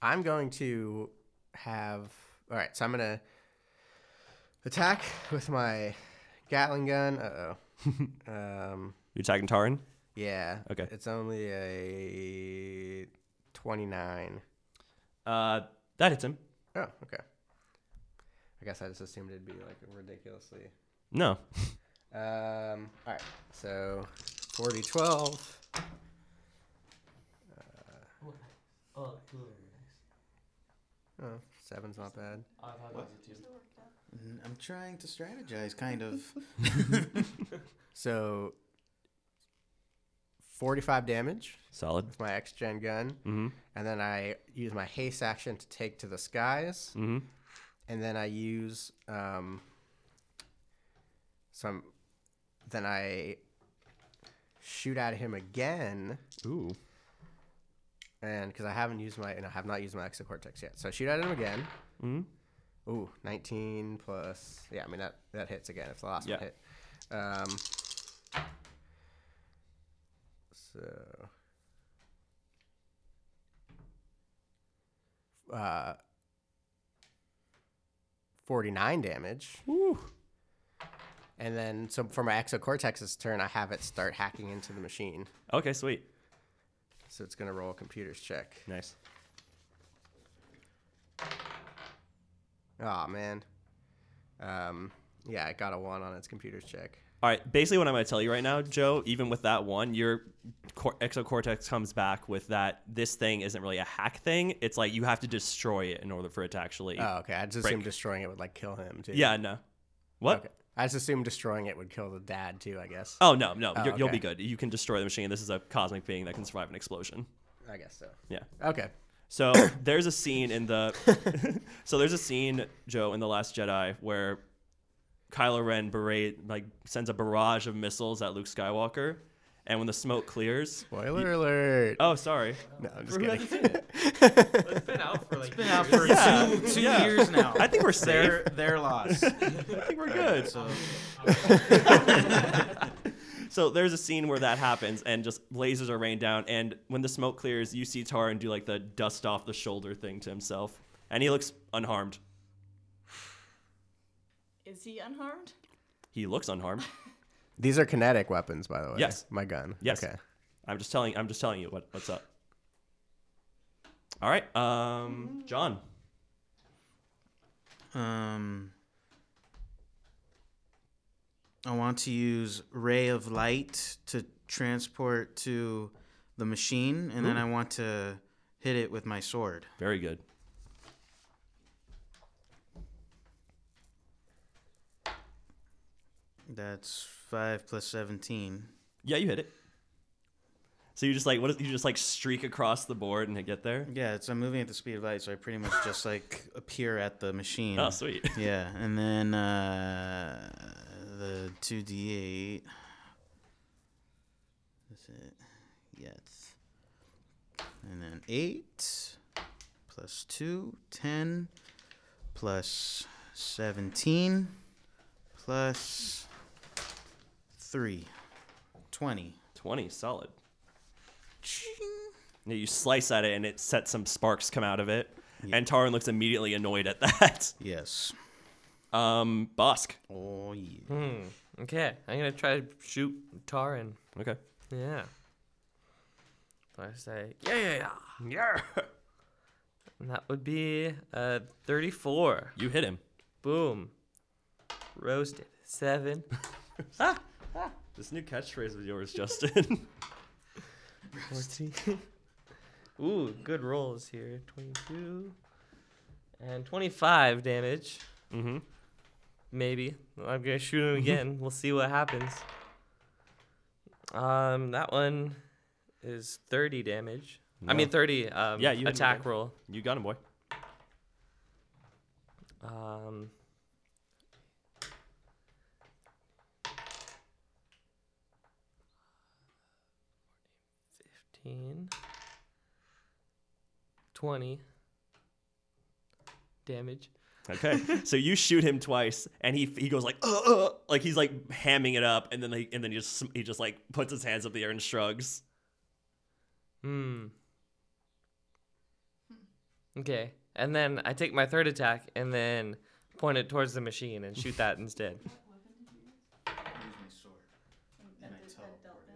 Speaker 3: I'm going to have. All right, so I'm going to attack with my Gatling gun.
Speaker 2: (laughs)
Speaker 3: Uh oh. um,
Speaker 1: You attacking Taran?
Speaker 3: yeah.
Speaker 1: Okay.
Speaker 3: It's only a 29.
Speaker 1: Uh, that hits him.
Speaker 3: Oh, okay. I guess I just assumed it'd be like ridiculously.
Speaker 1: No.
Speaker 3: Um, all right, so 40 12. Oh, seven's not bad.
Speaker 2: Mm, I'm trying to strategize, kind of.
Speaker 3: So 45 damage
Speaker 1: Solid.
Speaker 3: with my X Gen gun.
Speaker 1: Mm-hmm.
Speaker 3: And then I use my haste action to take to the skies.
Speaker 1: Mm-hmm.
Speaker 3: and then I use um, some. Then I shoot at him again,
Speaker 1: Ooh.
Speaker 3: and because I haven't used my, and I have not used my exocortex yet, so I shoot at him again.
Speaker 1: Mm-hmm.
Speaker 3: Ooh, 19 plus. Yeah, I mean that that hits again. It's the last
Speaker 1: Yeah.
Speaker 3: one hit. Um, so. Uh, 49 damage.
Speaker 1: Ooh.
Speaker 3: And then, so for my exocortex's turn, I have it start hacking into the machine.
Speaker 1: Okay, sweet.
Speaker 3: So it's going to roll a computer's check.
Speaker 1: Nice.
Speaker 3: Oh, man. Um, yeah, it got a one on its computer's check.
Speaker 1: All right. Basically, what I'm going to tell you right now, Joe, even with that one, your cor- exocortex comes back with that. This thing isn't really a hack thing. It's like you have to destroy it in order for it to actually.
Speaker 3: Oh, okay. I just
Speaker 1: Break.
Speaker 3: assumed destroying it would like kill him too.
Speaker 1: yeah. No. What?
Speaker 3: Okay. I just assumed destroying it would kill the dad too. I guess.
Speaker 1: Oh no, no,
Speaker 3: Oh,
Speaker 1: you're, you'll
Speaker 3: okay.
Speaker 1: be good. You can destroy the machine. This is a cosmic being that can survive an explosion.
Speaker 3: I guess so.
Speaker 1: Yeah.
Speaker 3: Okay. (coughs)
Speaker 1: So there's a scene in
Speaker 3: (laughs)
Speaker 1: the (laughs) so there's a scene Joe in the Last Jedi where Kylo Ren berate like sends a barrage of missiles at Luke Skywalker, and when the smoke clears,
Speaker 3: Spoiler alert.
Speaker 1: oh sorry,
Speaker 3: no, I'm just
Speaker 1: Who
Speaker 3: kidding.
Speaker 1: hasn't seen it?
Speaker 5: It's been out for like
Speaker 2: Been out for
Speaker 1: Yeah.
Speaker 2: two, two
Speaker 1: Yeah.
Speaker 2: years now.
Speaker 1: I think we're
Speaker 2: (laughs) Their, their (laughs) loss.
Speaker 1: I think we're good.
Speaker 2: So
Speaker 1: (laughs) So there's a scene where that happens, and just lasers are rained down. And when the smoke clears, you see Taran do like the dust off the shoulder thing to himself, and he looks unharmed.
Speaker 4: (laughs) Is he unharmed?
Speaker 1: He looks unharmed.
Speaker 3: These are kinetic weapons, by the way.
Speaker 1: Yes.
Speaker 3: My gun.
Speaker 1: Yes.
Speaker 3: Okay.
Speaker 1: I'm just telling. I'm just telling you what, what's up. All right, um, John.
Speaker 2: Um, I want to use Ray of Light to transport to the machine, and then I want to hit it with my sword.
Speaker 1: Very good.
Speaker 2: That's 5 plus 17.
Speaker 1: Yeah, you hit it. So you just like what? Is, you just like streak across the board and get there.
Speaker 2: Yeah, it's I'm moving at the speed of light, so I pretty much just like appear at the machine.
Speaker 1: Oh, sweet.
Speaker 2: Yeah, and then uh, the 2d8. That's it. Yes. And then 8 plus 2, 10 plus 17 plus 3, 20.
Speaker 1: Twenty, solid. Now you slice at it and it sets some sparks come out of it, and Taran looks immediately annoyed at (laughs) that.
Speaker 2: Yes.
Speaker 1: Um, Bosk.
Speaker 2: Oh, yeah.
Speaker 5: Okay, I'm gonna try to shoot Taran.
Speaker 1: Okay.
Speaker 5: Yeah. So I say, yeah, yeah, yeah.
Speaker 1: Yeah.
Speaker 5: And that would be uh, 34.
Speaker 1: You hit him.
Speaker 5: Boom. Roasted. Seven.
Speaker 1: This new catchphrase of yours, Justin.
Speaker 5: 14. Ooh, good rolls here. 22 and 25 damage.
Speaker 1: mm-hmm.
Speaker 5: Maybe. I'm going to shoot
Speaker 1: (laughs)
Speaker 5: him again. we'll see what happens. Um, that one is 30 damage. I mean, 30 um,
Speaker 1: Yeah, you hit him
Speaker 5: attack
Speaker 1: again.
Speaker 5: roll.
Speaker 1: (laughs) You got him, boy.
Speaker 5: Um, Fifteen. Twenty. damage.
Speaker 1: Okay, so you shoot him twice, and he he goes like, uh, uh, like he's like hamming it up, and then they, and then he just he just like puts his hands up in the air and shrugs.
Speaker 5: Hmm. Okay. And then I take my third attack and then point it towards the machine and shoot that instead.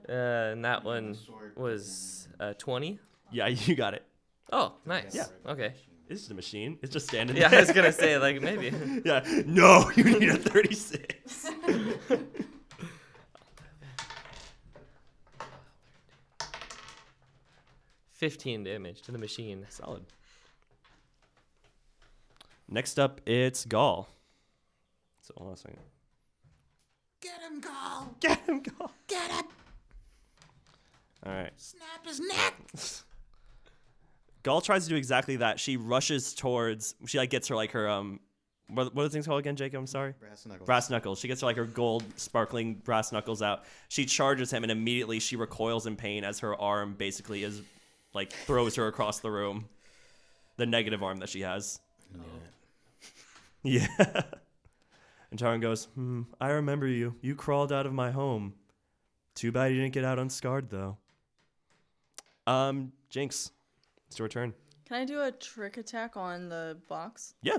Speaker 5: Uh, and that one was uh, 20.
Speaker 1: Yeah, (laughs) you got it.
Speaker 5: Oh, nice. Yeah. Okay.
Speaker 1: It's the machine. It's just standing
Speaker 5: Yeah, I
Speaker 1: there. (laughs)
Speaker 5: was going to say, like, maybe. (laughs)
Speaker 1: yeah. No, you need a thirty-six.
Speaker 5: Fifteen damage to the machine.
Speaker 1: Solid. Next up, it's Gaul. So hold on a second.
Speaker 2: Get him, Gaul!
Speaker 1: Get him, Gaul.
Speaker 2: Get him!
Speaker 1: All right.
Speaker 2: Snap his neck!
Speaker 1: Gaul tries to do exactly that. She rushes towards. She like gets her like her um. What, what are the things called again, Jacob? I'm sorry.
Speaker 2: Brass knuckles.
Speaker 1: Brass knuckles. She gets her like her gold sparkling brass knuckles out. She charges him, and immediately she recoils in pain as her arm basically is like throws her across the room. The negative arm that she has. (laughs) Yeah. and Taran goes, "Hmm, I remember you. You crawled out of my home. Too bad you didn't get out unscarred though." Um, Jinx, it's your turn.
Speaker 4: Can I do a trick attack on the box?
Speaker 1: Yeah.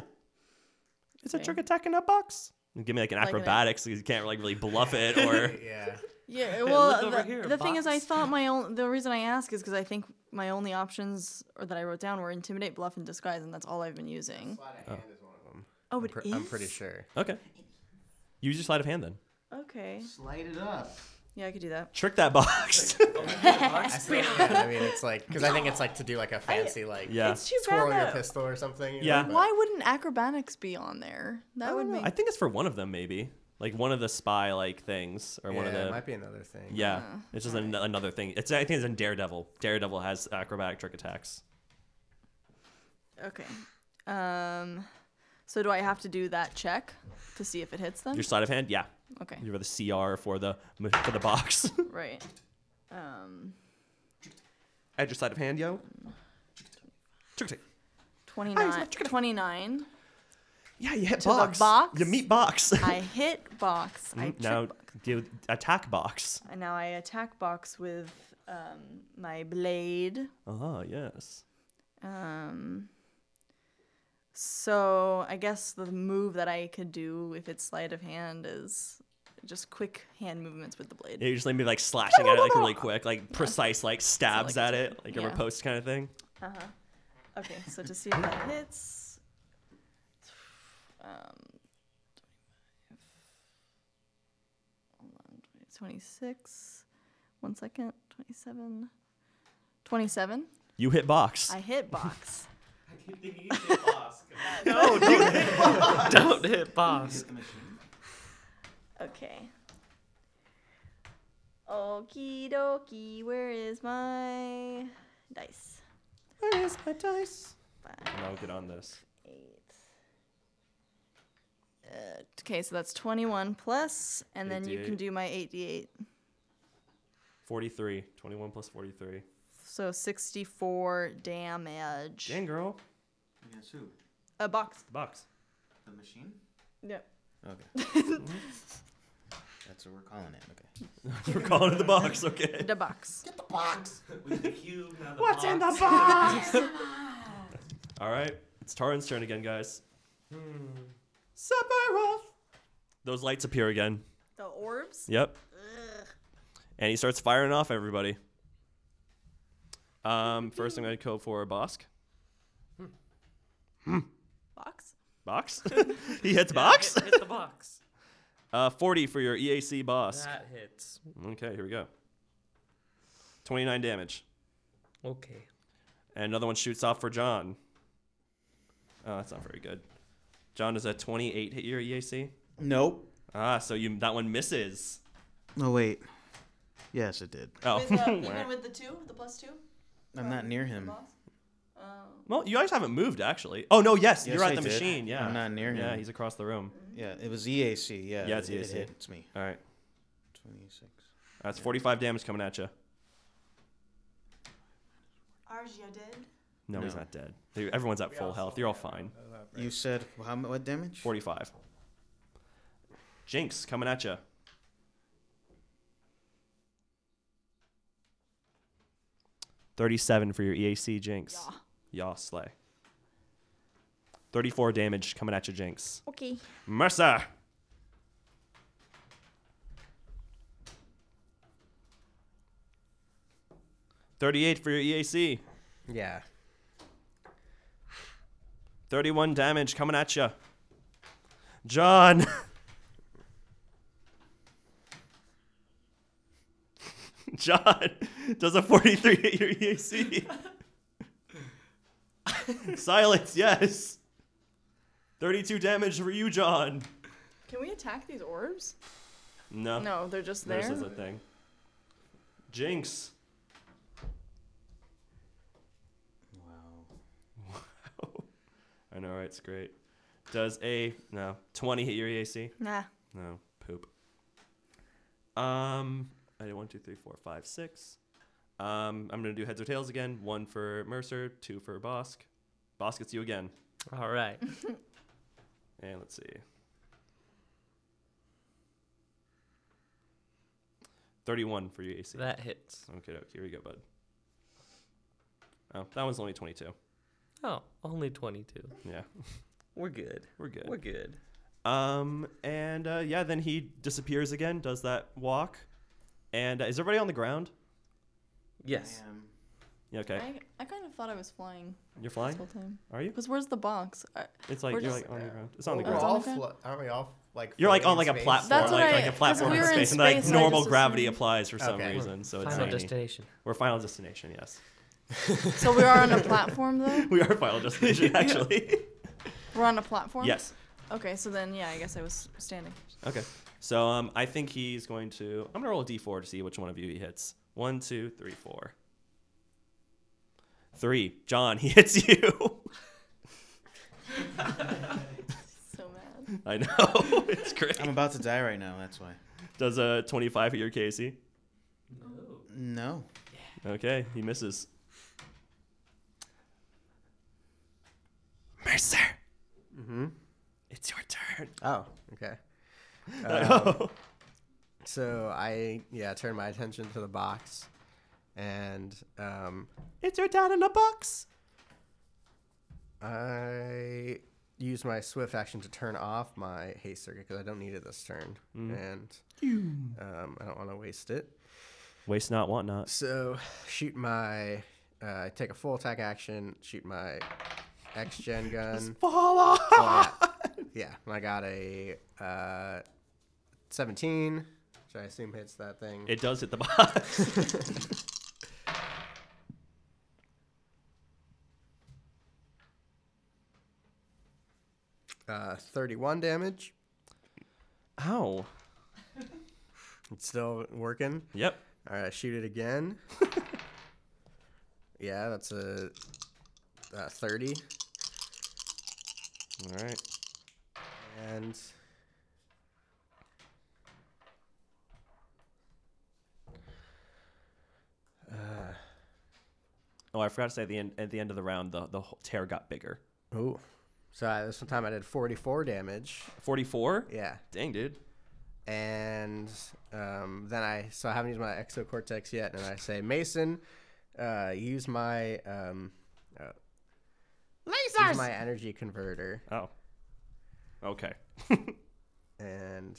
Speaker 1: It's
Speaker 4: Okay.
Speaker 1: a trick attack in a box. Give me like an
Speaker 4: Like an-
Speaker 1: acrobatics because you can't like really bluff it (laughs) or
Speaker 3: Yeah.
Speaker 4: Yeah,
Speaker 5: look
Speaker 4: well,
Speaker 5: over
Speaker 4: the,
Speaker 5: here,
Speaker 4: the thing is, I
Speaker 5: box.
Speaker 4: thought my own. The reason I ask is because I think my only options or that I wrote down were intimidate, bluff, and disguise, and that's all I've been using. Oh, it
Speaker 3: I'm, pre- I'm
Speaker 4: is?
Speaker 3: pretty sure.
Speaker 1: Okay. Use your sleight of hand then.
Speaker 4: Okay,
Speaker 2: Light it up.
Speaker 4: yeah, I could do that.
Speaker 1: Trick that (laughs) box.
Speaker 3: I, still, yeah, I mean, it's like because I think it's like to do like a fancy like
Speaker 1: yeah.
Speaker 4: It's too
Speaker 3: twirl your
Speaker 4: bad. That,
Speaker 3: pistol or something. you know,
Speaker 1: Yeah.
Speaker 3: but-
Speaker 4: why wouldn't acrobatics be on there? That would make
Speaker 1: Oh. I think it's for one of them maybe. Like one of the spy like things or
Speaker 3: Yeah,
Speaker 1: one of
Speaker 3: it
Speaker 1: the
Speaker 3: might be another thing.
Speaker 1: Yeah.
Speaker 4: Oh,
Speaker 1: it's just an- another thing. It's I think it's in Daredevil. Daredevil has acrobatic trick attacks.
Speaker 4: okay. Um, so do I have to do that check to see if it hits them?
Speaker 1: Your sleight of hand? Yeah.
Speaker 4: Okay,
Speaker 1: You're the CR for the for the box.
Speaker 4: right. Um,
Speaker 1: (laughs) Add your sleight of hand, yo. Trick attack.
Speaker 4: 29, 29.
Speaker 1: Yeah, you hit
Speaker 4: To the
Speaker 1: box.
Speaker 4: box?
Speaker 1: You meet box.
Speaker 4: I hit box. I
Speaker 1: (laughs)
Speaker 4: trick
Speaker 1: Mm, now
Speaker 4: box.
Speaker 1: do attack box.
Speaker 4: And now I attack box with um, my blade.
Speaker 1: Ah, yes.
Speaker 4: Um, so I guess the move that I could do if it's sleight of hand is just quick hand movements with the blade.
Speaker 1: Yeah, you just like me like slashing at it like really quick, like precise like stabs
Speaker 4: like,
Speaker 1: at it, like a
Speaker 4: yeah.
Speaker 1: riposte kind of thing.
Speaker 4: Okay, so to see if that hits. Um, 25, hold on, 26. One second. 27. 27.
Speaker 1: You hit box.
Speaker 4: I hit box.
Speaker 5: (laughs) Don't hit boss.
Speaker 4: Okay. Okie dokie, where is my dice?
Speaker 1: Where is my dice?
Speaker 4: Five,
Speaker 1: And I'll get on this.
Speaker 4: eight. Uh, okay, so that's 21 plus, and then you can
Speaker 1: 88.
Speaker 4: do my 88.
Speaker 1: 43. 21 plus 43.
Speaker 4: So 64 damage.
Speaker 1: Dang, girl.
Speaker 2: Yes, who?
Speaker 4: A box.
Speaker 1: The box.
Speaker 2: The machine?
Speaker 4: Yep.
Speaker 2: Okay. That's what we're calling it.
Speaker 1: (laughs)
Speaker 2: Okay.
Speaker 1: We're calling it the box, (laughs) okay.
Speaker 4: The box.
Speaker 1: What's in the box? All right. It's Taran's turn again, guys. Sephiroth. Those lights appear again.
Speaker 4: The orbs?
Speaker 1: Yep. And he starts firing off everybody. Um, first, I'm going to go for Bosk.
Speaker 4: Box?
Speaker 1: Box? he hits box?
Speaker 5: Hit, hit the box.
Speaker 1: Uh, 40 for your EAC boss.
Speaker 5: That hits.
Speaker 1: Okay, here we go. 29 damage.
Speaker 5: Okay.
Speaker 1: And another one shoots off for John. Oh, that's not very good. John does a 28 hit your EAC.
Speaker 2: Nope.
Speaker 1: Ah, so you that one misses.
Speaker 2: Oh wait. Yes, it did.
Speaker 1: (laughs) Oh.
Speaker 4: even with the two, the plus two?
Speaker 2: I'm not near him.
Speaker 1: well, you guys haven't moved, actually. Oh, no, yes,
Speaker 2: Yes,
Speaker 1: you're at
Speaker 2: I
Speaker 1: the
Speaker 2: did.
Speaker 1: machine. Yeah.
Speaker 2: I'm not near him.
Speaker 1: Yeah, he's across the room.
Speaker 2: Yeah, it was EAC. Yeah.
Speaker 1: Yeah, it's E
Speaker 2: it,
Speaker 1: EAC.
Speaker 2: It hits me.
Speaker 1: All right.
Speaker 2: Twenty-six.
Speaker 1: That's 45 damage coming at you.
Speaker 4: Argia did.
Speaker 1: No, he's
Speaker 2: No.
Speaker 1: not dead. They- Everyone's at full health. You're all fine.
Speaker 2: You said how, mu- what damage?
Speaker 1: 45. Jinx coming at you. Thirty-seven for your EAC, Jinx. Yaw, slay. Thirty-four damage coming at you, Jinx.
Speaker 4: Okay.
Speaker 1: Mercer. Thirty-eight for your E EAC.
Speaker 3: Yeah.
Speaker 1: Thirty-one damage coming at you, John. (laughs) John does a forty-three hit your E EAC. Silence. Yes. Thirty-two damage for you, John.
Speaker 4: Can we attack these orbs?
Speaker 1: No.
Speaker 4: No, they're just there.
Speaker 1: This is a thing. Jinx. (laughs) I know, right? It's great. Does a no twenty hit your EAC?
Speaker 4: nah.
Speaker 1: No poop. Um, I did one, two, three, four, five, six. Um, I'm gonna do heads or tails again. One for Mercer, two for Bosk. Bosk, it's you again.
Speaker 5: All
Speaker 1: (laughs)
Speaker 5: right.
Speaker 1: And let's see. 31 for your E AC.
Speaker 5: That hits.
Speaker 1: Okay, okay, here we go, bud. Oh, that one's only 22.
Speaker 5: Oh, only 22.
Speaker 1: Yeah,
Speaker 5: We're good.
Speaker 1: we're good.
Speaker 5: We're good.
Speaker 1: Um, and uh, yeah, then he disappears again, does that walk. And uh, is everybody on the ground?
Speaker 5: Yes.
Speaker 1: Yeah, okay.
Speaker 4: I, I kind of thought I was flying
Speaker 1: You're
Speaker 4: this
Speaker 1: flying?
Speaker 4: whole time.
Speaker 1: Are you?
Speaker 4: Because where's the box? I,
Speaker 1: It's like,
Speaker 4: We're
Speaker 1: you're
Speaker 4: just-
Speaker 1: like on the ground. It's on the
Speaker 4: We're
Speaker 3: We're
Speaker 1: ground.
Speaker 4: all
Speaker 3: all
Speaker 4: flo-
Speaker 3: aren't we all like?
Speaker 1: You're like on like a
Speaker 3: floating in space?
Speaker 1: platform,
Speaker 4: That's what
Speaker 1: like,
Speaker 4: I-
Speaker 1: like a
Speaker 4: that's-
Speaker 1: platform
Speaker 4: we
Speaker 1: in
Speaker 4: were in
Speaker 1: space, and like
Speaker 4: space and I
Speaker 1: normal
Speaker 4: just
Speaker 1: gravity
Speaker 4: assumed-
Speaker 1: applies for some
Speaker 3: Okay.
Speaker 1: reason. So it's
Speaker 5: Final
Speaker 1: tiny.
Speaker 5: destination.
Speaker 1: We're final destination,
Speaker 4: (laughs)
Speaker 1: yes.
Speaker 4: so we are on a platform though.
Speaker 1: We are final (laughs) destination, actually.
Speaker 4: We're on a platform.
Speaker 1: yes.
Speaker 4: Okay, so then yeah, I guess I was standing.
Speaker 1: Okay. So um, I think he's going to. I'm gonna roll a d4 to see which one of you he hits. One, two, three, four. Three. John, (laughs) he hits you. (laughs)
Speaker 4: So mad.
Speaker 1: I know. (laughs) It's great.
Speaker 2: I'm about to die right now. That's why.
Speaker 1: Does a 25 hit your KC?
Speaker 2: No.
Speaker 1: Okay, he misses. Mercer,
Speaker 3: Mm-hmm.
Speaker 1: it's your turn.
Speaker 3: Oh, okay. Um,
Speaker 1: Oh.
Speaker 3: so I yeah turn my attention to the box, and um,
Speaker 1: it's your turn in the box.
Speaker 3: I use my swift action to turn off my haste circuit because I don't need it this turn, and um, I don't want to waste it.
Speaker 1: Waste not, want not.
Speaker 3: So shoot my uh, take a full attack action. Shoot my X
Speaker 1: (laughs)
Speaker 3: Gen gun.
Speaker 1: Fall off.
Speaker 3: yeah, and I got a uh, 17, which I assume hits that thing.
Speaker 1: It does hit the (laughs) box.
Speaker 3: Uh, 31 damage.
Speaker 1: Ow.
Speaker 3: It's still working.
Speaker 1: Yep.
Speaker 3: All right, shoot
Speaker 1: (laughs)
Speaker 3: it again. yeah, that's a uh, 30.
Speaker 1: All right.
Speaker 3: And
Speaker 1: Oh, I forgot to say at the end at the end of the round the the whole tear got bigger.
Speaker 3: oh, so I, this one time I did 44 damage.
Speaker 1: 44?
Speaker 3: Yeah.
Speaker 1: Dang, dude.
Speaker 3: and um, then I so I haven't used my exocortex yet, and I say Mason, uh, use my um, uh, use my energy converter,
Speaker 1: Oh. Okay.
Speaker 3: and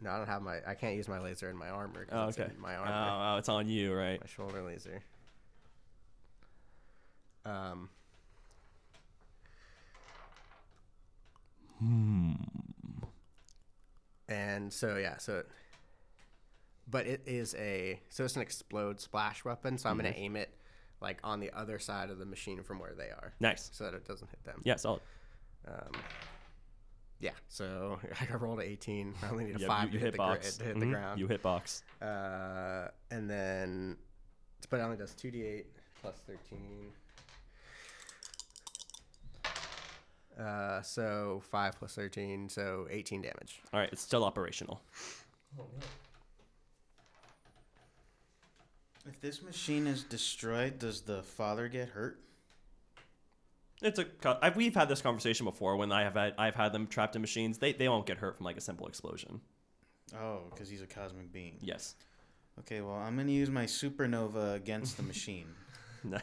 Speaker 3: no, I don't have my I can't use my laser in my armor. 'cause
Speaker 1: Oh,
Speaker 3: it's
Speaker 1: okay.
Speaker 3: in my
Speaker 1: Oh,
Speaker 3: armor,
Speaker 1: oh, it's on you, right?
Speaker 3: my shoulder laser. Um,
Speaker 1: Hmm.
Speaker 3: and so yeah, so. it- But it is a so it's an explode splash weapon, so I'm gonna
Speaker 1: Mm-hmm.
Speaker 3: aim it like on the other side of the machine from where they are,
Speaker 1: Nice.
Speaker 3: so that it doesn't hit them.
Speaker 1: Yeah, solid.
Speaker 3: Um, yeah. So (laughs) I rolled an 18. I only need a
Speaker 1: Yeah,
Speaker 3: five
Speaker 1: you,
Speaker 3: to,
Speaker 1: you
Speaker 3: hit
Speaker 1: hit
Speaker 3: the gr-
Speaker 1: box.
Speaker 3: to hit the
Speaker 1: Mhm.
Speaker 3: ground.
Speaker 1: You hit box.
Speaker 3: Uh, and then, but it only does 2d8 plus 13. Uh, so 5 plus 13, so 18 damage.
Speaker 1: All right, it's still operational.
Speaker 2: If this machine is destroyed, does the father get hurt?
Speaker 1: It's a co- I, we've had this conversation before when I have had I've had them trapped in machines. They they don't get hurt from like a simple explosion.
Speaker 2: Oh, because he's a cosmic being.
Speaker 1: Yes. (laughs)
Speaker 2: Okay, well, I'm gonna use my supernova against the machine.
Speaker 1: No.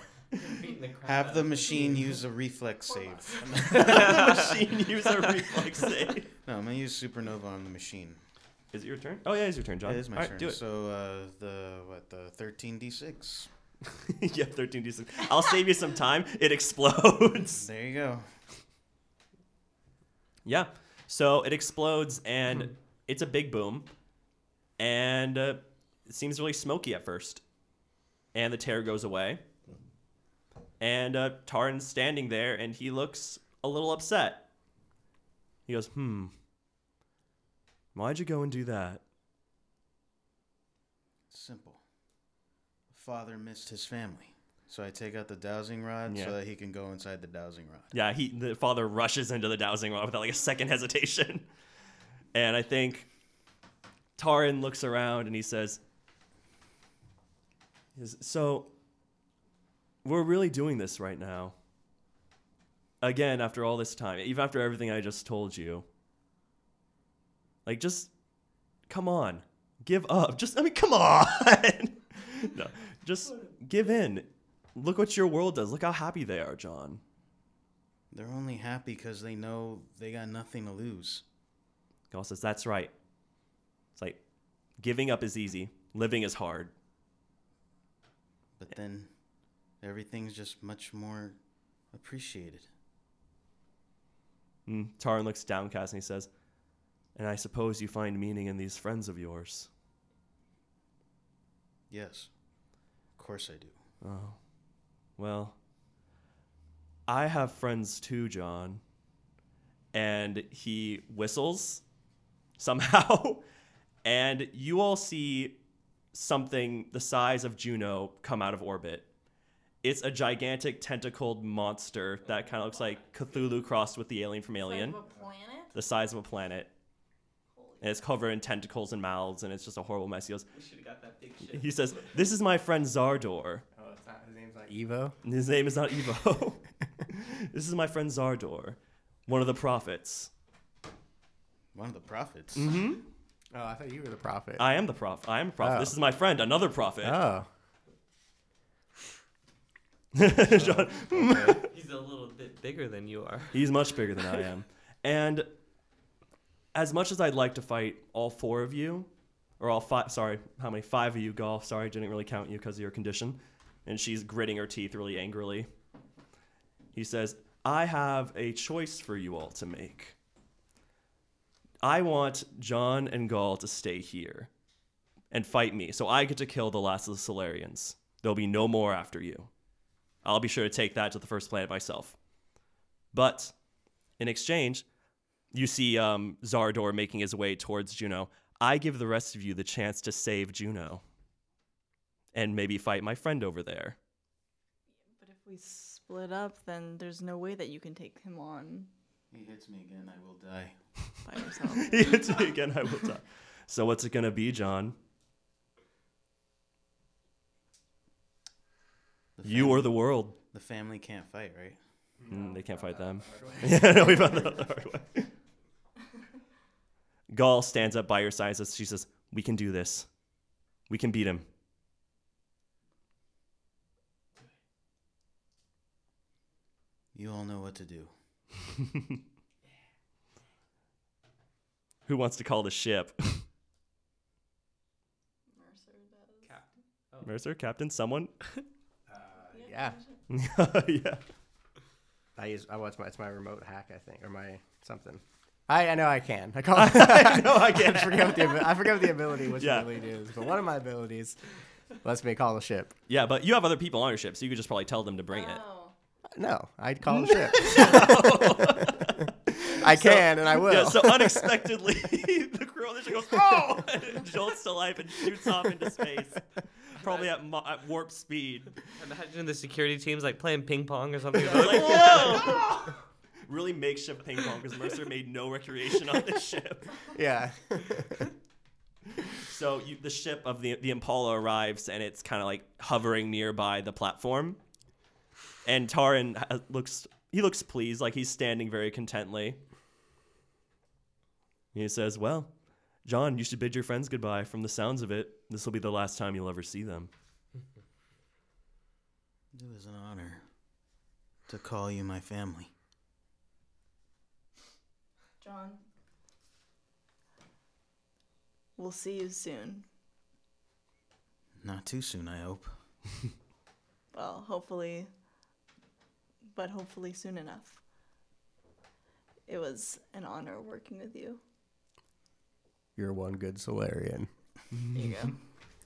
Speaker 2: Have the machine use a reflex save.
Speaker 1: machine user reflex save.
Speaker 2: No, I'm gonna use supernova on the machine.
Speaker 1: Is it your turn? Oh yeah, it's your turn, John.
Speaker 2: It is my
Speaker 1: All right,
Speaker 2: turn.
Speaker 1: Do it.
Speaker 2: So uh, the what the 13d6.
Speaker 1: (laughs) yeah, thirteen d six. I'll save you some time. It explodes.
Speaker 2: There you go.
Speaker 1: yeah. So it explodes and it's a big boom, and uh, it seems really smoky at first, and the tear goes away, and uh, Tarn's standing there and he looks a little upset. He goes, "Hmm, why'd you go and do that?"
Speaker 2: Simple. Father missed his family, so I take out the dowsing rod
Speaker 1: Yeah.
Speaker 2: so that he can go inside the dowsing rod.
Speaker 1: Yeah, he the father rushes into the dowsing rod without like a second hesitation. (laughs) And I think Taran looks around and he says, he says, So we're really doing this right now. Again, after all this time, even after everything I just told you. Like just come on. Give up. Just I mean, come on. (laughs) no. Just give in. Look what your world does. Look how happy they are, John.
Speaker 2: They're only happy because they know they got nothing to lose.
Speaker 1: Gaul says, That's right. It's like giving up is easy, living is hard.
Speaker 2: But then everything's just much more appreciated.
Speaker 1: And Mm. Taran looks downcast and he says, And I suppose you find meaning in these friends of yours.
Speaker 2: Yes. Of course I do.
Speaker 1: Oh, well, I have friends too, John. And he whistles somehow, (laughs) and you all see something the size of Juno come out of orbit. It's a gigantic tentacled monster that kind of looks like Cthulhu crossed with the alien from Alien,
Speaker 4: planet?
Speaker 1: the size of a planet. And it's covered in tentacles and mouths, and it's just a horrible mess. He goes,
Speaker 5: We should have got that big shit.
Speaker 1: he says, This is my friend Zardor.
Speaker 3: Oh, it's not, his name's not Evo.
Speaker 1: And His name is not Evo. (laughs) this is my friend Zardor, one of the prophets.
Speaker 2: One of the prophets.
Speaker 1: Mm-hmm.
Speaker 3: Oh, I thought you were the prophet.
Speaker 1: I am the prophet. I am a prophet.
Speaker 3: Oh.
Speaker 1: This is my friend, another prophet.
Speaker 3: oh.
Speaker 1: (laughs) John-
Speaker 5: He's a little bit bigger than you are.
Speaker 1: He's much bigger than I am. And as much as I'd like to fight all four of you, or all five, sorry, how many? Five of you, golf. Sorry, didn't really count you because of your condition. And she's gritting her teeth really angrily. He says, I have a choice for you all to make. I want John and Gaul to stay here and fight me, so I get to kill the last of the Solarians. There'll be no more after you. I'll be sure to take that to the first planet myself. But in exchange, you see um, Zardor making his way towards Juno. I give the rest of you the chance to save Juno and maybe fight my friend over there. (laughs)
Speaker 4: But if we split up, then there's no way that you can take him on
Speaker 2: He hits me again, I will die.
Speaker 4: by yourself.
Speaker 1: He hits me again, I will die. So, what's it going to be, John?
Speaker 2: The
Speaker 1: You
Speaker 2: fam-
Speaker 1: or the world?
Speaker 2: the family can't fight, right?
Speaker 1: Mm, they can't fight them. (laughs) Yeah, no, we found that out the hard way. Gaul stands up by your side and says, She says, We can do this. We can beat him.
Speaker 2: You all know what to do.
Speaker 1: Who wants to call the ship? (laughs) Mercer, Captain, someone?
Speaker 3: Yeah.
Speaker 1: (laughs) yeah.
Speaker 3: I use. I what's my? It's my remote hack, I think, or my something. I, I know I can. I call. (laughs)
Speaker 1: I know I
Speaker 3: I
Speaker 1: can.
Speaker 3: forget what the abi- I forget what the ability which
Speaker 1: Yeah.
Speaker 3: ability it is, but one of my abilities lets me call a ship.
Speaker 1: Yeah, but you have other people on your ship, so you could just probably tell them to (laughs) bring it.
Speaker 4: Oh,
Speaker 3: No, I'd
Speaker 1: (laughs)
Speaker 3: call a ship.
Speaker 1: Oh.
Speaker 3: I can and I will.
Speaker 1: Yeah, so unexpectedly, (laughs) the crew on the ship goes, oh! (laughs) And jolts to life and shoots off into space, probably at, mo- at warp speed.
Speaker 5: Imagine the security team's like playing ping pong or something. They're
Speaker 1: Like,
Speaker 5: like,
Speaker 1: whoa! (laughs) really makeshift ping (laughs) pong because Mercer made no recreation on this ship.
Speaker 3: yeah.
Speaker 1: So you, the ship of the the Impala arrives, and it's kind of like hovering nearby the platform. And Taran ha- looks he looks pleased, like he's standing very contently. He says, "Well, John, you should bid your friends goodbye. From the sounds of it, this will be the last time you'll ever see them."
Speaker 2: It was an honor to call you my family.
Speaker 4: John. We'll see you soon.
Speaker 2: Not too soon, I hope.
Speaker 4: Well, hopefully, but hopefully soon enough. It was an honor working with you.
Speaker 3: (laughs) You're one good Solarian.
Speaker 4: There you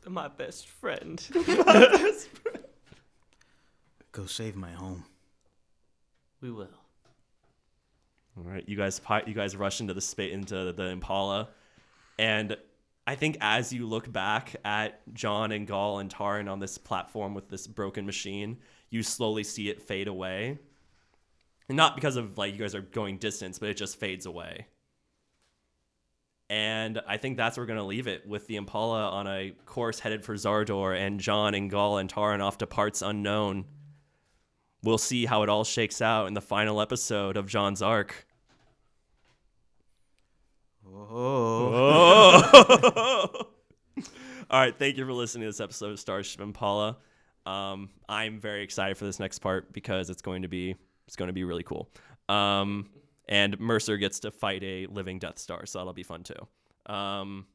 Speaker 4: go.
Speaker 5: My best friend.
Speaker 2: Go save my home.
Speaker 5: we will.
Speaker 1: All right, you guys, pi- you guys rush into the space into the Impala, and I think as you look back at John and Gall and Taran on this platform with this broken machine, you slowly see it fade away. And not because of like you guys are going distance, but it just fades away. And I think that's where we're gonna leave it with the Impala on a course headed for Zardor, and John and Gall and Taran off to parts unknown we'll see how it all shakes out in the final episode of John's arc.
Speaker 2: Oh.
Speaker 1: Oh. (laughs) all right, thank you for listening to this episode of Starship Impala. Um, I'm very excited for this next part because it's going to be it's going to be really cool. Um, and Mercer gets to fight a living Death Star, so that'll be fun too. Um,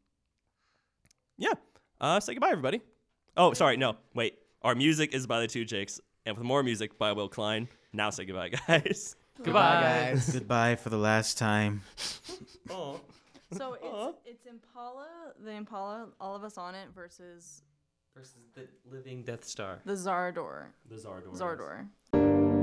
Speaker 1: yeah. Uh, say goodbye, everybody. Oh, sorry. No, wait. Our music is by the Two Jakes, and with more music by Will Klein. Now say goodbye, (laughs) guys.
Speaker 3: Bye, guys.
Speaker 2: Goodbye for the last time.
Speaker 5: Oh.
Speaker 4: (laughs) So it's, it's Impala, the Impala, all of us on it, versus
Speaker 5: Versus the living Death Star.
Speaker 4: the Zardor.
Speaker 1: The Zardor.
Speaker 4: Zardor.